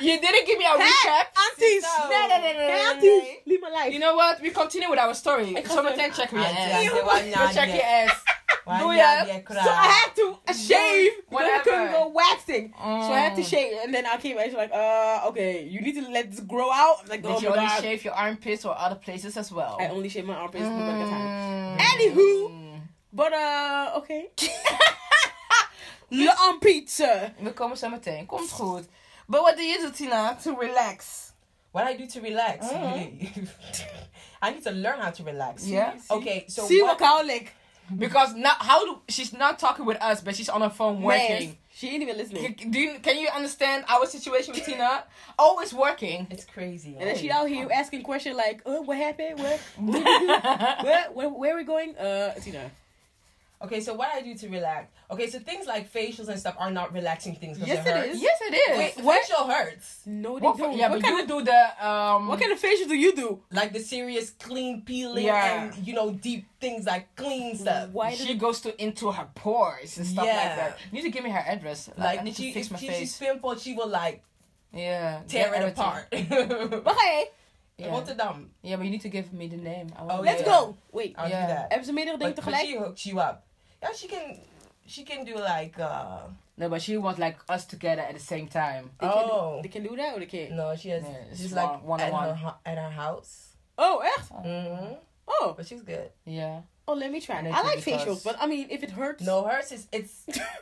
Speaker 3: You didn't give me a recap.
Speaker 1: aunties,
Speaker 3: No, no, no, no,
Speaker 1: Hey,
Speaker 3: no, no, no.
Speaker 1: aunties, leave my life.
Speaker 3: You know what? We continue with our story. Someone check your
Speaker 2: Ah,
Speaker 3: ass.
Speaker 2: yeah,
Speaker 3: Go
Speaker 2: they want not
Speaker 3: check
Speaker 2: yet.
Speaker 3: your ass.
Speaker 2: Why
Speaker 3: Do
Speaker 2: not
Speaker 3: ya?
Speaker 2: yet
Speaker 1: so I
Speaker 2: cry?
Speaker 1: had to shave because I couldn't
Speaker 3: Whatever.
Speaker 1: go waxing. So I had to
Speaker 3: Mm.
Speaker 1: shave, and then I came and she's like, "Uh, okay, you need to let this grow out." I'm like,
Speaker 3: Did
Speaker 1: oh
Speaker 3: you
Speaker 1: my
Speaker 3: only
Speaker 1: god,
Speaker 3: shave your armpits or other places as well?
Speaker 1: I only shave my armpits mm. at the time.
Speaker 3: Mm.
Speaker 1: Anywho. But uh, okay. Le on pizza.
Speaker 3: We komen zo meteen. Komt goed. But what do you do, Tina, to relax?
Speaker 2: What I do to relax?
Speaker 3: Mhm.
Speaker 2: really? I need to learn how to relax.
Speaker 3: Yeah.
Speaker 2: Okay. So
Speaker 1: See
Speaker 2: what?
Speaker 1: what cowlick.
Speaker 3: Because now, how do she's not talking with us, but she's on her phone working.
Speaker 1: She ain't even listening.
Speaker 3: Do you, can you understand our situation with Tina? Always working.
Speaker 2: It's crazy.
Speaker 1: And then she out here asking questions like, uh, what happened? Where,
Speaker 3: yeah,
Speaker 1: where, where, where we going? Uh, Tina.
Speaker 2: Okay, so what I do to relax? Okay, so things like facials and stuff are not relaxing things because
Speaker 1: Yes,
Speaker 2: it
Speaker 1: it
Speaker 2: hurts.
Speaker 1: is.
Speaker 3: Yes, it is.
Speaker 2: Wait,
Speaker 3: what?
Speaker 2: facial hurts.
Speaker 1: No, they
Speaker 3: what
Speaker 1: don't.
Speaker 3: yeah,
Speaker 1: what,
Speaker 3: but
Speaker 1: kind
Speaker 3: you
Speaker 1: of,
Speaker 3: do the um.
Speaker 1: what kind of facial do you do?
Speaker 2: Like the serious clean peeling
Speaker 3: Yeah.
Speaker 2: and you know deep things like clean stuff.
Speaker 1: Why
Speaker 3: she goes to into her pores and stuff
Speaker 2: Yeah.
Speaker 3: like that. You need to give me her address. Like, I
Speaker 2: Like
Speaker 3: need
Speaker 2: she,
Speaker 3: to fix
Speaker 2: if
Speaker 3: my
Speaker 2: she, she's
Speaker 3: face.
Speaker 2: pimple, she will like
Speaker 3: yeah,
Speaker 2: tear
Speaker 3: get
Speaker 2: it
Speaker 3: everything.
Speaker 2: apart.
Speaker 1: Okay,
Speaker 3: Yeah.
Speaker 2: Rotterdam.
Speaker 3: yeah, but you need to give me the name. I
Speaker 2: Oh,
Speaker 3: want
Speaker 1: let's
Speaker 2: yeah.
Speaker 1: go. Wait,
Speaker 2: I'll
Speaker 3: Yeah.
Speaker 2: do that.
Speaker 1: hebben ze meerdere dingen
Speaker 2: But, but
Speaker 1: tegelijk?
Speaker 2: she hooks you up. Yeah, she can. She can do like. uh
Speaker 3: No, but she wants like us together at the same time.
Speaker 1: They can-
Speaker 2: Oh
Speaker 1: They can do that or they can't.
Speaker 2: no, she has.
Speaker 3: Yeah, it's
Speaker 2: she's
Speaker 3: one-
Speaker 2: like
Speaker 3: one on
Speaker 2: at her
Speaker 3: one.
Speaker 2: ho- at her house.
Speaker 1: Oh, echt?
Speaker 2: hmm
Speaker 1: Oh,
Speaker 2: But she's good.
Speaker 3: Yeah.
Speaker 1: oh, let me try.
Speaker 3: And
Speaker 1: it.
Speaker 3: it
Speaker 1: I
Speaker 3: could
Speaker 1: like
Speaker 3: be
Speaker 1: facials,
Speaker 3: because-
Speaker 1: but I mean, if it hurts,
Speaker 2: No, hers is it's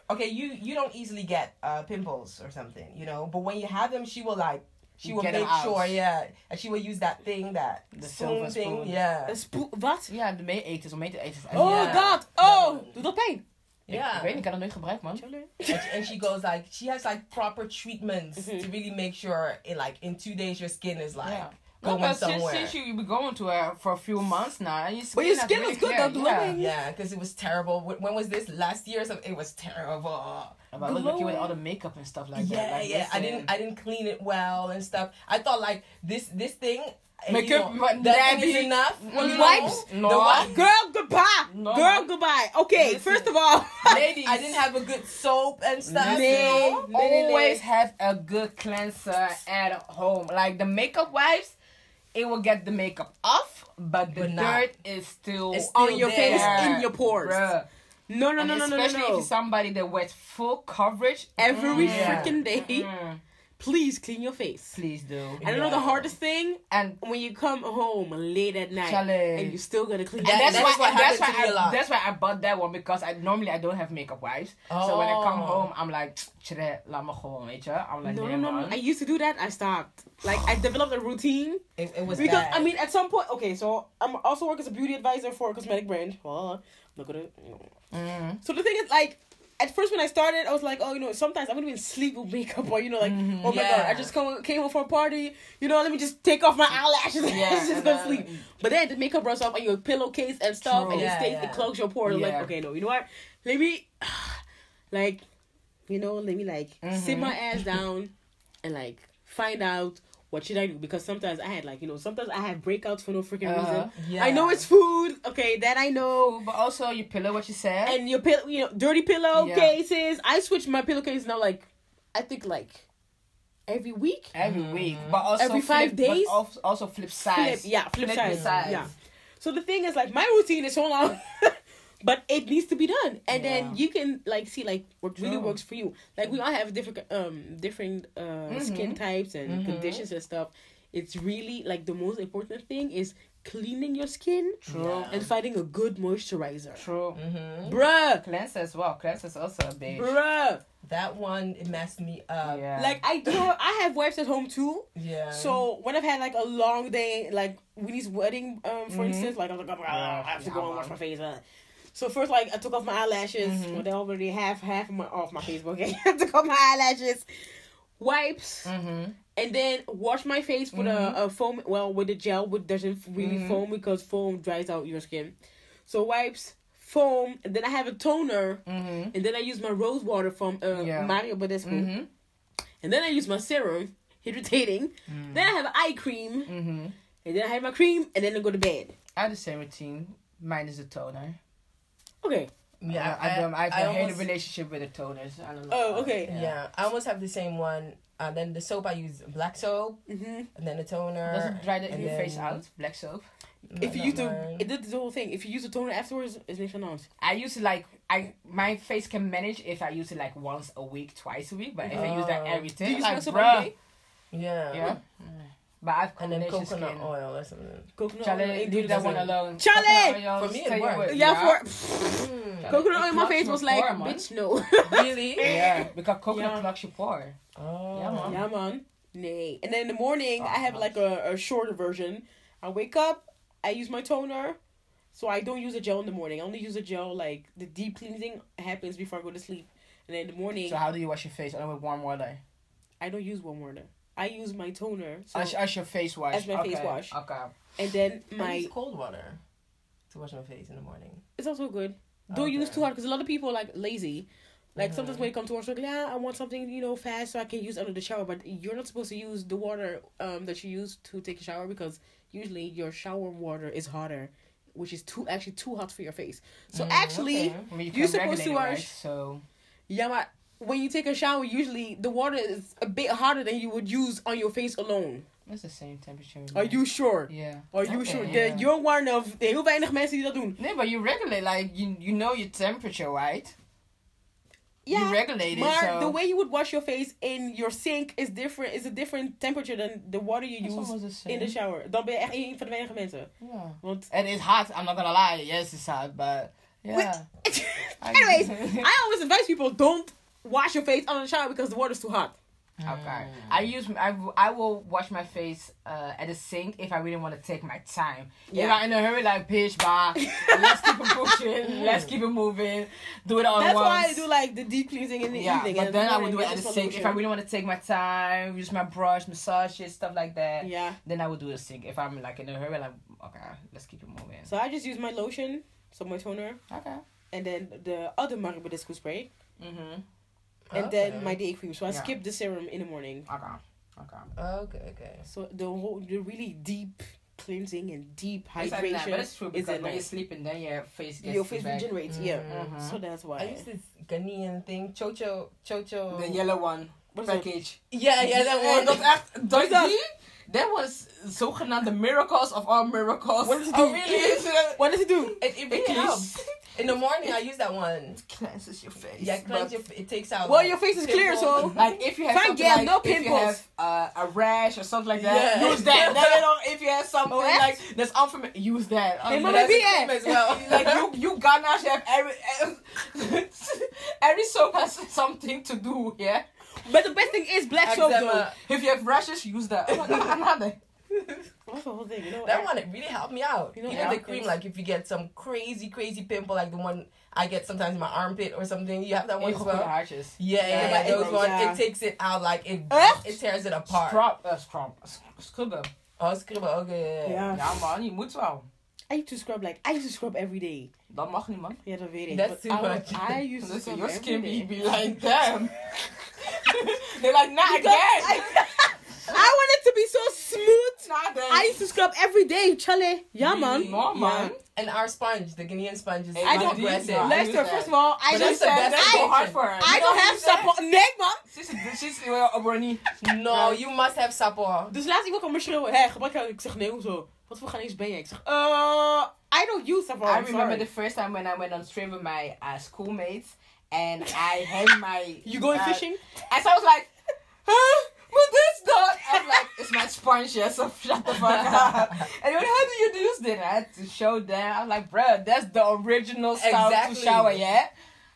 Speaker 2: okay. You you don't easily get uh pimples or something, you know. But when you have them, she will like she will
Speaker 3: Get 'em
Speaker 2: make
Speaker 3: out.
Speaker 2: sure, yeah, and she will use that thing that
Speaker 3: The silver spoon.
Speaker 2: yeah,
Speaker 1: Een spoel. Wat?
Speaker 3: Ja, de mee eten, om mee te eten.
Speaker 1: Oh,
Speaker 3: ja.
Speaker 1: dat! Oh! Doet dat pijn?
Speaker 3: Ik, ik weet niet, ik kan dat nooit gebruiken, man.
Speaker 2: And, she, and she goes like she has like proper treatments
Speaker 1: Mhm.
Speaker 2: to really make sure in like in two days your skin is like
Speaker 3: Mm-hmm. Yeah. No,
Speaker 2: going
Speaker 3: but since,
Speaker 2: somewhere.
Speaker 3: since you, you been going to her for a few months now, and your skin,
Speaker 1: But your
Speaker 3: is
Speaker 1: skin
Speaker 3: really
Speaker 1: is good,
Speaker 3: clear,
Speaker 1: though,
Speaker 3: yeah.
Speaker 1: glowing.
Speaker 2: yeah, because it was terrible. Wh- When was this? Last year or something? It was terrible.
Speaker 3: But look at you with
Speaker 1: Glowing.
Speaker 3: all the makeup and stuff like that.
Speaker 2: yeah,
Speaker 3: like,
Speaker 2: yeah. I
Speaker 3: listen.
Speaker 2: didn't I didn't clean it well and stuff. I thought like this this thing you
Speaker 3: Makeup,
Speaker 2: know,
Speaker 3: what,
Speaker 2: that
Speaker 3: daddy?
Speaker 2: thing is enough. you know?
Speaker 1: wipes?
Speaker 3: No.
Speaker 2: The wipes.
Speaker 1: Girl, goodbye!
Speaker 3: No.
Speaker 1: Girl, goodbye! Okay,
Speaker 2: Listen.
Speaker 1: first of all.
Speaker 3: Ladies,
Speaker 2: I didn't have a good soap and stuff.
Speaker 1: Nee.
Speaker 2: you know?
Speaker 1: Nee, nee, nee.
Speaker 3: always have a good cleanser at home. Like the makeup wipes, it will get the makeup off, but the
Speaker 2: But not.
Speaker 3: dirt is still,
Speaker 2: It's still
Speaker 3: on your
Speaker 2: there.
Speaker 3: face
Speaker 1: in your pores.
Speaker 3: Bruh.
Speaker 1: No, no,
Speaker 3: And
Speaker 1: no, no, no, no,
Speaker 3: especially if
Speaker 1: no.
Speaker 3: you're somebody that wears full coverage.
Speaker 1: Every
Speaker 2: Yeah.
Speaker 1: freaking day,
Speaker 3: Mm,
Speaker 1: please clean your face.
Speaker 3: please do.
Speaker 1: I don't know the hardest thing
Speaker 3: And
Speaker 1: when you come home late at night
Speaker 3: Challenge.
Speaker 1: and you still gotta clean.
Speaker 3: And
Speaker 1: your
Speaker 3: that's,
Speaker 1: face.
Speaker 2: that's what
Speaker 3: why, and that's why
Speaker 2: happened to me a
Speaker 3: I,
Speaker 2: lot.
Speaker 3: that's why I bought that one because I normally I don't have makeup wipes. So when I come
Speaker 2: Oh.
Speaker 3: home, I'm like, "Tjere, laat me gewoon, weet je." I'm like,
Speaker 1: No, no,
Speaker 3: "Nee,
Speaker 1: no, no.
Speaker 3: man."
Speaker 1: I used to do that. I stopped. Like I developed a routine
Speaker 2: It, it was
Speaker 1: because
Speaker 2: bad.
Speaker 1: I mean, at some point, okay. So I'm also work as a beauty advisor for a cosmetic brand. Well, I'm not gonna, you know.
Speaker 3: Mm.
Speaker 1: So the thing is, like, at first when I started, I was like, oh, you know, sometimes I'm gonna be in sleep with makeup, or you know, like, oh my god,
Speaker 2: Yeah.
Speaker 1: I just come, came home from a party, you know, let me just take off my eyelashes and
Speaker 3: Yeah,
Speaker 1: just
Speaker 3: and
Speaker 1: go
Speaker 3: then-
Speaker 1: sleep. But then the makeup runs off on your pillowcase and stuff,
Speaker 3: True.
Speaker 1: and
Speaker 2: Yeah,
Speaker 1: it stays,
Speaker 2: yeah.
Speaker 1: it clogs your pores. I'm
Speaker 3: Yeah.
Speaker 1: Like, okay, no, you know what? Let me, like, you know, let me like sit my ass down and like find out. What should I do? Because sometimes I had like you know sometimes I had breakouts for no freaking
Speaker 3: Uh-huh.
Speaker 1: reason.
Speaker 2: Yeah.
Speaker 1: I know it's food, okay, that I know
Speaker 3: Oh, but also your pillow, what you said.
Speaker 1: and your pillow, you know, dirty pillowcases. I switch my pillowcases now, like I think like every week.
Speaker 3: every week, but also
Speaker 1: Every five
Speaker 3: flip, but
Speaker 1: days?
Speaker 3: al- also
Speaker 1: Flip,
Speaker 3: flip size.
Speaker 1: yeah, flip,
Speaker 3: Flip
Speaker 1: sides,
Speaker 3: the sides.
Speaker 1: yeah. So the thing is, like, my routine is so long, but it needs to be done, and
Speaker 3: Yeah.
Speaker 1: then you can like see like what really
Speaker 3: True.
Speaker 1: works for you. Like we all have different um different uh
Speaker 3: Mm-hmm.
Speaker 1: skin types and conditions and stuff. It's really like the most important thing is cleaning your skin
Speaker 3: True.
Speaker 1: and finding a good moisturizer,
Speaker 3: True.
Speaker 2: Mm-hmm.
Speaker 1: bruh,
Speaker 3: Cleanser as well. Cleanser is also a big.
Speaker 1: bruh.
Speaker 2: that one it messed me up.
Speaker 3: Yeah.
Speaker 1: Like I do, have, I have wipes at home too.
Speaker 2: Yeah.
Speaker 1: So when I've had like a long day, like Winnie's wedding, um, for
Speaker 3: Mhm.
Speaker 1: instance, like I was like, "Ah,
Speaker 3: Yeah,
Speaker 1: I have to
Speaker 3: yeah,
Speaker 1: go and
Speaker 3: man.
Speaker 1: wash my face. uh." So first, like I took off my eyelashes.
Speaker 3: Mm-hmm.
Speaker 1: Well, they already half half of my off my face. but Okay, I took off my eyelashes, wipes,
Speaker 3: Mm-hmm.
Speaker 1: and then wash my face with a, a foam. Well, with the gel, which doesn't really
Speaker 3: Mm-hmm.
Speaker 1: foam because foam dries out your skin. So wipes, foam, and then I have a toner,
Speaker 3: Mm-hmm.
Speaker 1: and then I use my rose water from uh,
Speaker 3: Yeah.
Speaker 1: Mario Badescu.
Speaker 3: Mm-hmm.
Speaker 1: And then I use my serum, hydrating.
Speaker 3: Mm.
Speaker 1: Then I have eye cream.
Speaker 3: Mm-hmm.
Speaker 1: And then I have my cream, and then I go to bed.
Speaker 3: I have the same routine. Mine is the toner.
Speaker 1: Okay.
Speaker 2: yeah,
Speaker 3: I, I, don't- I, I, hate
Speaker 2: almost-
Speaker 3: a relationship with the toners. I don't know.
Speaker 1: Oh, okay.
Speaker 2: Yeah. I almost have the same one. Uh, then the soap I use black soap,
Speaker 1: hmm
Speaker 2: and then the toner.
Speaker 3: Doesn't dry the,
Speaker 2: and
Speaker 3: your
Speaker 2: then-
Speaker 3: face out. Black soap.
Speaker 1: If you use the,
Speaker 2: mine.
Speaker 1: it did the whole thing. If you use the toner afterwards, it's nice and nice.
Speaker 3: I use it like I my face can manage if I use it like once a week, twice a week. But if I use that
Speaker 2: Oh.
Speaker 3: every day,
Speaker 1: Do you use
Speaker 3: like,
Speaker 1: like, soap
Speaker 3: bruh.
Speaker 1: every day?
Speaker 2: yeah.
Speaker 3: Yeah.
Speaker 1: Mm.
Speaker 3: But I've
Speaker 2: And then
Speaker 3: combination
Speaker 2: coconut
Speaker 3: skin.
Speaker 2: oil or something.
Speaker 1: Coconut oil.
Speaker 3: Charlie, leave that
Speaker 1: ingredients.
Speaker 3: one alone.
Speaker 1: Charlie!
Speaker 3: Coconut oil,
Speaker 2: For me, it
Speaker 3: stay
Speaker 2: worked.
Speaker 3: away.
Speaker 1: Yeah, for coconut oil
Speaker 3: It
Speaker 1: in my
Speaker 3: clogs
Speaker 1: face
Speaker 3: your
Speaker 1: was like,
Speaker 3: pore, man.
Speaker 1: bitch, no.
Speaker 2: really?
Speaker 3: Yeah, because coconut
Speaker 1: Yeah.
Speaker 3: clogs your pore.
Speaker 2: Oh.
Speaker 3: Yeah, man.
Speaker 1: yeah, man. Nay. And then in the morning,
Speaker 3: Oh,
Speaker 1: I have
Speaker 3: nice.
Speaker 1: like a, a shorter version. I wake up, I use my toner. So I don't use a gel in the morning. I only use a gel, like, the deep cleansing happens before I go to sleep. And then in the morning,
Speaker 3: So how do you wash your face? Only with warm water.
Speaker 1: I don't use one water. I use my toner. So,
Speaker 3: as, as your face wash.
Speaker 1: As my
Speaker 3: okay.
Speaker 1: face wash.
Speaker 3: Okay.
Speaker 1: and then
Speaker 2: I
Speaker 1: my
Speaker 2: use cold water to wash my face in the morning.
Speaker 1: it's also good. Don't use
Speaker 2: Okay.
Speaker 1: too hard because a lot of people are like lazy. Like
Speaker 3: Mm-hmm.
Speaker 1: sometimes when it comes to water, like yeah, I want something you know fast so I can use under the shower. But you're not supposed to use the water um that you use to take a shower because usually your shower water is hotter, which is too actually too hot for your face.
Speaker 3: Mm,
Speaker 1: So actually, you're supposed to wash.
Speaker 3: so
Speaker 1: Yeah, but when you take a shower, usually the water is a bit hotter than you would use on your face alone.
Speaker 3: it's the same temperature.
Speaker 1: Are you sure?
Speaker 3: Mm. Yeah.
Speaker 1: Are you
Speaker 3: Okay,
Speaker 1: sure?
Speaker 3: yeah.
Speaker 1: De- you're one of de- heel weinig mensen die dat doen.
Speaker 3: Nee, but you regulate like you you know your temperature, right?
Speaker 1: Yeah,
Speaker 3: You regulate it.
Speaker 1: But
Speaker 3: so
Speaker 1: the way you would wash your face in your sink is different. Is a different temperature than the water you use
Speaker 3: It's almost the
Speaker 1: in the
Speaker 3: same.
Speaker 1: shower. Dan ben je echt een van de weinige mensen.
Speaker 3: Yeah.
Speaker 1: Want
Speaker 3: And it's hot. I'm not gonna lie. Yes, it's hot, but yeah.
Speaker 1: anyways, I always advise people don't wash your face under the shower because the water's too hot.
Speaker 3: Okay. I use I, w- I will wash my face uh, at the sink if I really want to take my time. If
Speaker 1: Yeah.
Speaker 3: I'm in a hurry, like bitch, bah, let's keep it pushing, let's keep it moving, do it all at
Speaker 1: That's
Speaker 3: once.
Speaker 1: why I do like the deep cleansing in the
Speaker 3: yeah,
Speaker 1: evening.
Speaker 3: but
Speaker 1: and
Speaker 3: then I
Speaker 1: morning
Speaker 3: will do it
Speaker 1: is
Speaker 3: at
Speaker 1: just for
Speaker 3: the sink if I
Speaker 1: lotion.
Speaker 3: really want to take my time, use my brush, massage it, stuff like that.
Speaker 1: Yeah.
Speaker 3: Then I will do the sink if I'm like in a hurry, like okay, let's keep it moving.
Speaker 1: So I just use my lotion, so my toner,
Speaker 3: Okay.
Speaker 1: and then the other Maribidisco spray,
Speaker 3: Mhm.
Speaker 1: and then
Speaker 2: Okay.
Speaker 1: my day cream. So I
Speaker 3: Yeah.
Speaker 1: skip the serum in the morning.
Speaker 3: Okay. Okay.
Speaker 2: Okay, okay.
Speaker 1: So the whole, the really deep cleansing and deep
Speaker 3: It's like that, but
Speaker 1: hydration
Speaker 3: it's true
Speaker 1: is
Speaker 3: because
Speaker 1: at
Speaker 3: when you're
Speaker 1: night.
Speaker 3: sleeping, then your face gets
Speaker 1: Your face
Speaker 3: back.
Speaker 1: regenerates, yeah.
Speaker 3: Mhm.
Speaker 1: So that's why.
Speaker 2: Mm-hmm. I used this Ghanaian thing, chocho, chocho.
Speaker 3: The yellow one.
Speaker 1: What is it?
Speaker 3: package.
Speaker 2: yeah, yeah, that
Speaker 3: En
Speaker 2: Oh. one.
Speaker 3: dat echt, dat
Speaker 1: dat?
Speaker 3: die, dat was zogenaamde miracles of all miracles.
Speaker 1: What does it do?
Speaker 3: Oh, really? Is it-
Speaker 1: What does it do?
Speaker 2: It, it really
Speaker 3: It
Speaker 2: helps.
Speaker 3: cleans-
Speaker 2: In the morning, I use that one.
Speaker 3: cleanses your face.
Speaker 2: Yeah, cleanse
Speaker 3: But,
Speaker 2: your, it takes out.
Speaker 1: Well,
Speaker 2: like,
Speaker 1: your face is clear, so
Speaker 2: pimples.
Speaker 3: Like if you have
Speaker 1: Fine,
Speaker 3: something
Speaker 1: yeah,
Speaker 3: like
Speaker 1: no
Speaker 3: if you
Speaker 1: pimples.
Speaker 3: have uh, a rash or something like that,
Speaker 2: Yeah.
Speaker 3: use that. That, you know, if you have something
Speaker 1: Oh,
Speaker 3: like that's unfamiliar, use that. Oh,
Speaker 1: Hey,
Speaker 3: yeah,
Speaker 1: mama,
Speaker 3: that's
Speaker 1: be
Speaker 3: a cream
Speaker 1: there.
Speaker 3: as well. like you, you Ghana should have every every soap has something to do. Yeah,
Speaker 1: But the best thing is black soap, though.
Speaker 2: Eczema.
Speaker 3: if you have rashes, use that. Oh my God, another.
Speaker 1: That's the whole thing, you know.
Speaker 2: That one it really helped me out.
Speaker 1: You know,
Speaker 2: Even
Speaker 3: yeah.
Speaker 2: the cream, like if you get some crazy, crazy pimple, like the one I get sometimes in my armpit or something, you have that one as
Speaker 3: Ingegoede
Speaker 2: well.
Speaker 3: haartjes.
Speaker 2: Yeah, yeah,
Speaker 1: Yeah,
Speaker 2: like
Speaker 1: it
Speaker 2: those
Speaker 1: grows,
Speaker 2: one,
Speaker 1: yeah.
Speaker 2: it takes it out, like it,
Speaker 1: Echt?
Speaker 2: it tears it apart.
Speaker 3: Scrub, uh, scrub, sc- scrubben.
Speaker 2: Oh, scrub. Okay, yeah, yeah.
Speaker 1: Yeah.
Speaker 3: Ja man, je moet wel.
Speaker 1: I used to scrub like I used to scrub every day.
Speaker 3: Dat mag niet man.
Speaker 1: Yeah, dat weet ik.
Speaker 2: That's
Speaker 1: but
Speaker 2: too
Speaker 1: I, was-
Speaker 2: much.
Speaker 1: I used to
Speaker 3: Listen,
Speaker 1: scrub
Speaker 3: your
Speaker 1: every
Speaker 3: skin be,
Speaker 1: day.
Speaker 3: be like damn. They're like not again.
Speaker 1: I want it to be so smooth.
Speaker 3: not again.
Speaker 1: I used to scrub every day, Chale. Yeah, man.
Speaker 3: No man.
Speaker 1: Yeah.
Speaker 2: And our sponge, the Ghanaian sponge, is
Speaker 3: I
Speaker 2: like
Speaker 3: don't-
Speaker 2: aggressive.
Speaker 3: I use
Speaker 1: Lester,
Speaker 3: that.
Speaker 1: first of all, I
Speaker 2: But
Speaker 1: just
Speaker 2: that's the
Speaker 1: said
Speaker 2: best
Speaker 3: That's so
Speaker 2: thing.
Speaker 1: I,
Speaker 3: hard for her.
Speaker 1: I don't have support. Nee, man.
Speaker 3: She's she's well, a Ronnie.
Speaker 2: No, you must have sapor.
Speaker 1: Dus laatst iemand kwam me schreeuwen. Hé, gebruik jou. Ik zeg, nee, hoezo? Wat voor Ghanese ben je? Ik zeg, uh, I don't use support.
Speaker 3: I remember the first time when I went on stream with my uh, schoolmates and I had my
Speaker 1: You going
Speaker 3: uh,
Speaker 1: fishing?
Speaker 3: And so I was like, huh? But this dog. I was like, it's my sponge, yeah, so shut the fuck up. And they went, how do you do this? Then I had to show them. I was like, bruh, that's the original style to
Speaker 2: Exactly.
Speaker 3: shower, yeah?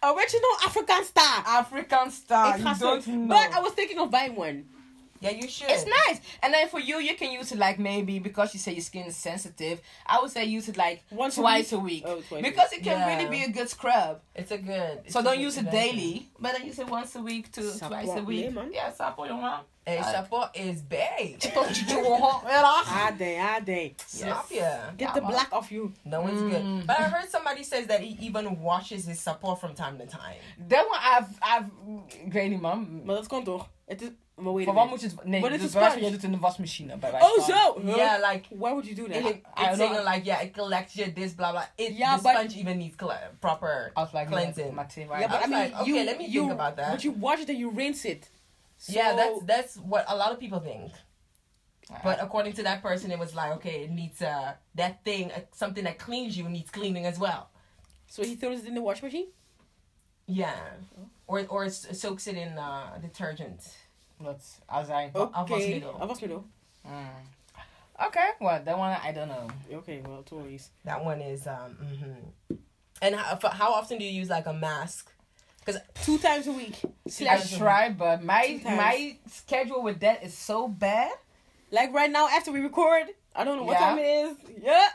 Speaker 1: Original African star.
Speaker 3: African style.
Speaker 1: It
Speaker 3: Ah, You
Speaker 1: has
Speaker 3: don't
Speaker 1: to-
Speaker 3: know.
Speaker 1: But I was thinking of buying one.
Speaker 2: Yeah, you should.
Speaker 3: it's nice. And then for you, you can use it like maybe because you say your skin is sensitive. I would say use it like
Speaker 1: Once a
Speaker 3: twice
Speaker 1: week?
Speaker 3: a week.
Speaker 1: Oh, twice a
Speaker 3: because it can
Speaker 2: Yeah.
Speaker 3: really be a good scrub.
Speaker 2: It's a good. it's
Speaker 3: So
Speaker 2: a
Speaker 3: don't
Speaker 2: good
Speaker 3: use it
Speaker 2: invention.
Speaker 3: daily, but then use it once a week to
Speaker 1: Support
Speaker 3: twice a
Speaker 1: me,
Speaker 3: week.
Speaker 1: man.
Speaker 3: Yeah, support your mom.
Speaker 2: And
Speaker 3: Like-
Speaker 2: sapor is big.
Speaker 1: Ah, day, ah, day.
Speaker 2: Snap ya.
Speaker 1: Get
Speaker 3: Yeah,
Speaker 1: the
Speaker 3: man.
Speaker 1: black off you.
Speaker 2: No, it's
Speaker 3: Mm.
Speaker 2: good. But I heard somebody says that he even washes his sapor from time to time.
Speaker 3: Dat one I've, I've, ik weet niet man.
Speaker 1: Maar dat kan toch? Het is... Maar wait a
Speaker 3: Voor wat
Speaker 1: minute.
Speaker 3: moet je het, nee,
Speaker 1: Wat is
Speaker 3: dus
Speaker 1: het
Speaker 3: bij wijze van,
Speaker 1: sponge?
Speaker 3: je doet het in de wasmachine bij wijze
Speaker 1: Oh,
Speaker 3: van.
Speaker 1: zo! Huh?
Speaker 2: Yeah, like
Speaker 1: Why would you do that?
Speaker 2: it, it,
Speaker 3: I don't
Speaker 2: it's saying
Speaker 3: know.
Speaker 2: like yeah, it collects your this blah blah. It
Speaker 1: Yeah,
Speaker 2: the
Speaker 1: but- Oh,
Speaker 2: sponge even needs cle- proper
Speaker 3: Als wij
Speaker 2: cleansing.
Speaker 3: Martin,
Speaker 1: yeah, but I,
Speaker 2: I was
Speaker 1: mean,
Speaker 2: like, okay,
Speaker 1: you,
Speaker 2: let me
Speaker 1: you,
Speaker 2: think about that.
Speaker 1: But you wash it and you rinse it. So,
Speaker 2: yeah, that's that's what a lot of people think. But according to that person, it was like okay, it needs uh that thing uh, something that cleans you needs cleaning as well.
Speaker 1: So he throws it in the wash machine?
Speaker 2: Yeah,
Speaker 1: Oh.
Speaker 2: or or s- soaks it in uh, detergent.
Speaker 3: dat al zijn.
Speaker 2: Oh. Afwasmiddel.
Speaker 1: Afwasmiddel.
Speaker 3: Mm. Okay, well, that one I don't know.
Speaker 1: Okay, well, it's always.
Speaker 2: That one is um. hmm And how, for, how often do you use like a mask?
Speaker 1: Two times a week.
Speaker 3: I
Speaker 1: Slash.
Speaker 3: try, but my
Speaker 1: Sometimes.
Speaker 3: my schedule with that is so bad.
Speaker 1: Like right now, after we record, I don't know what
Speaker 3: Yeah.
Speaker 1: time it is. Yeah.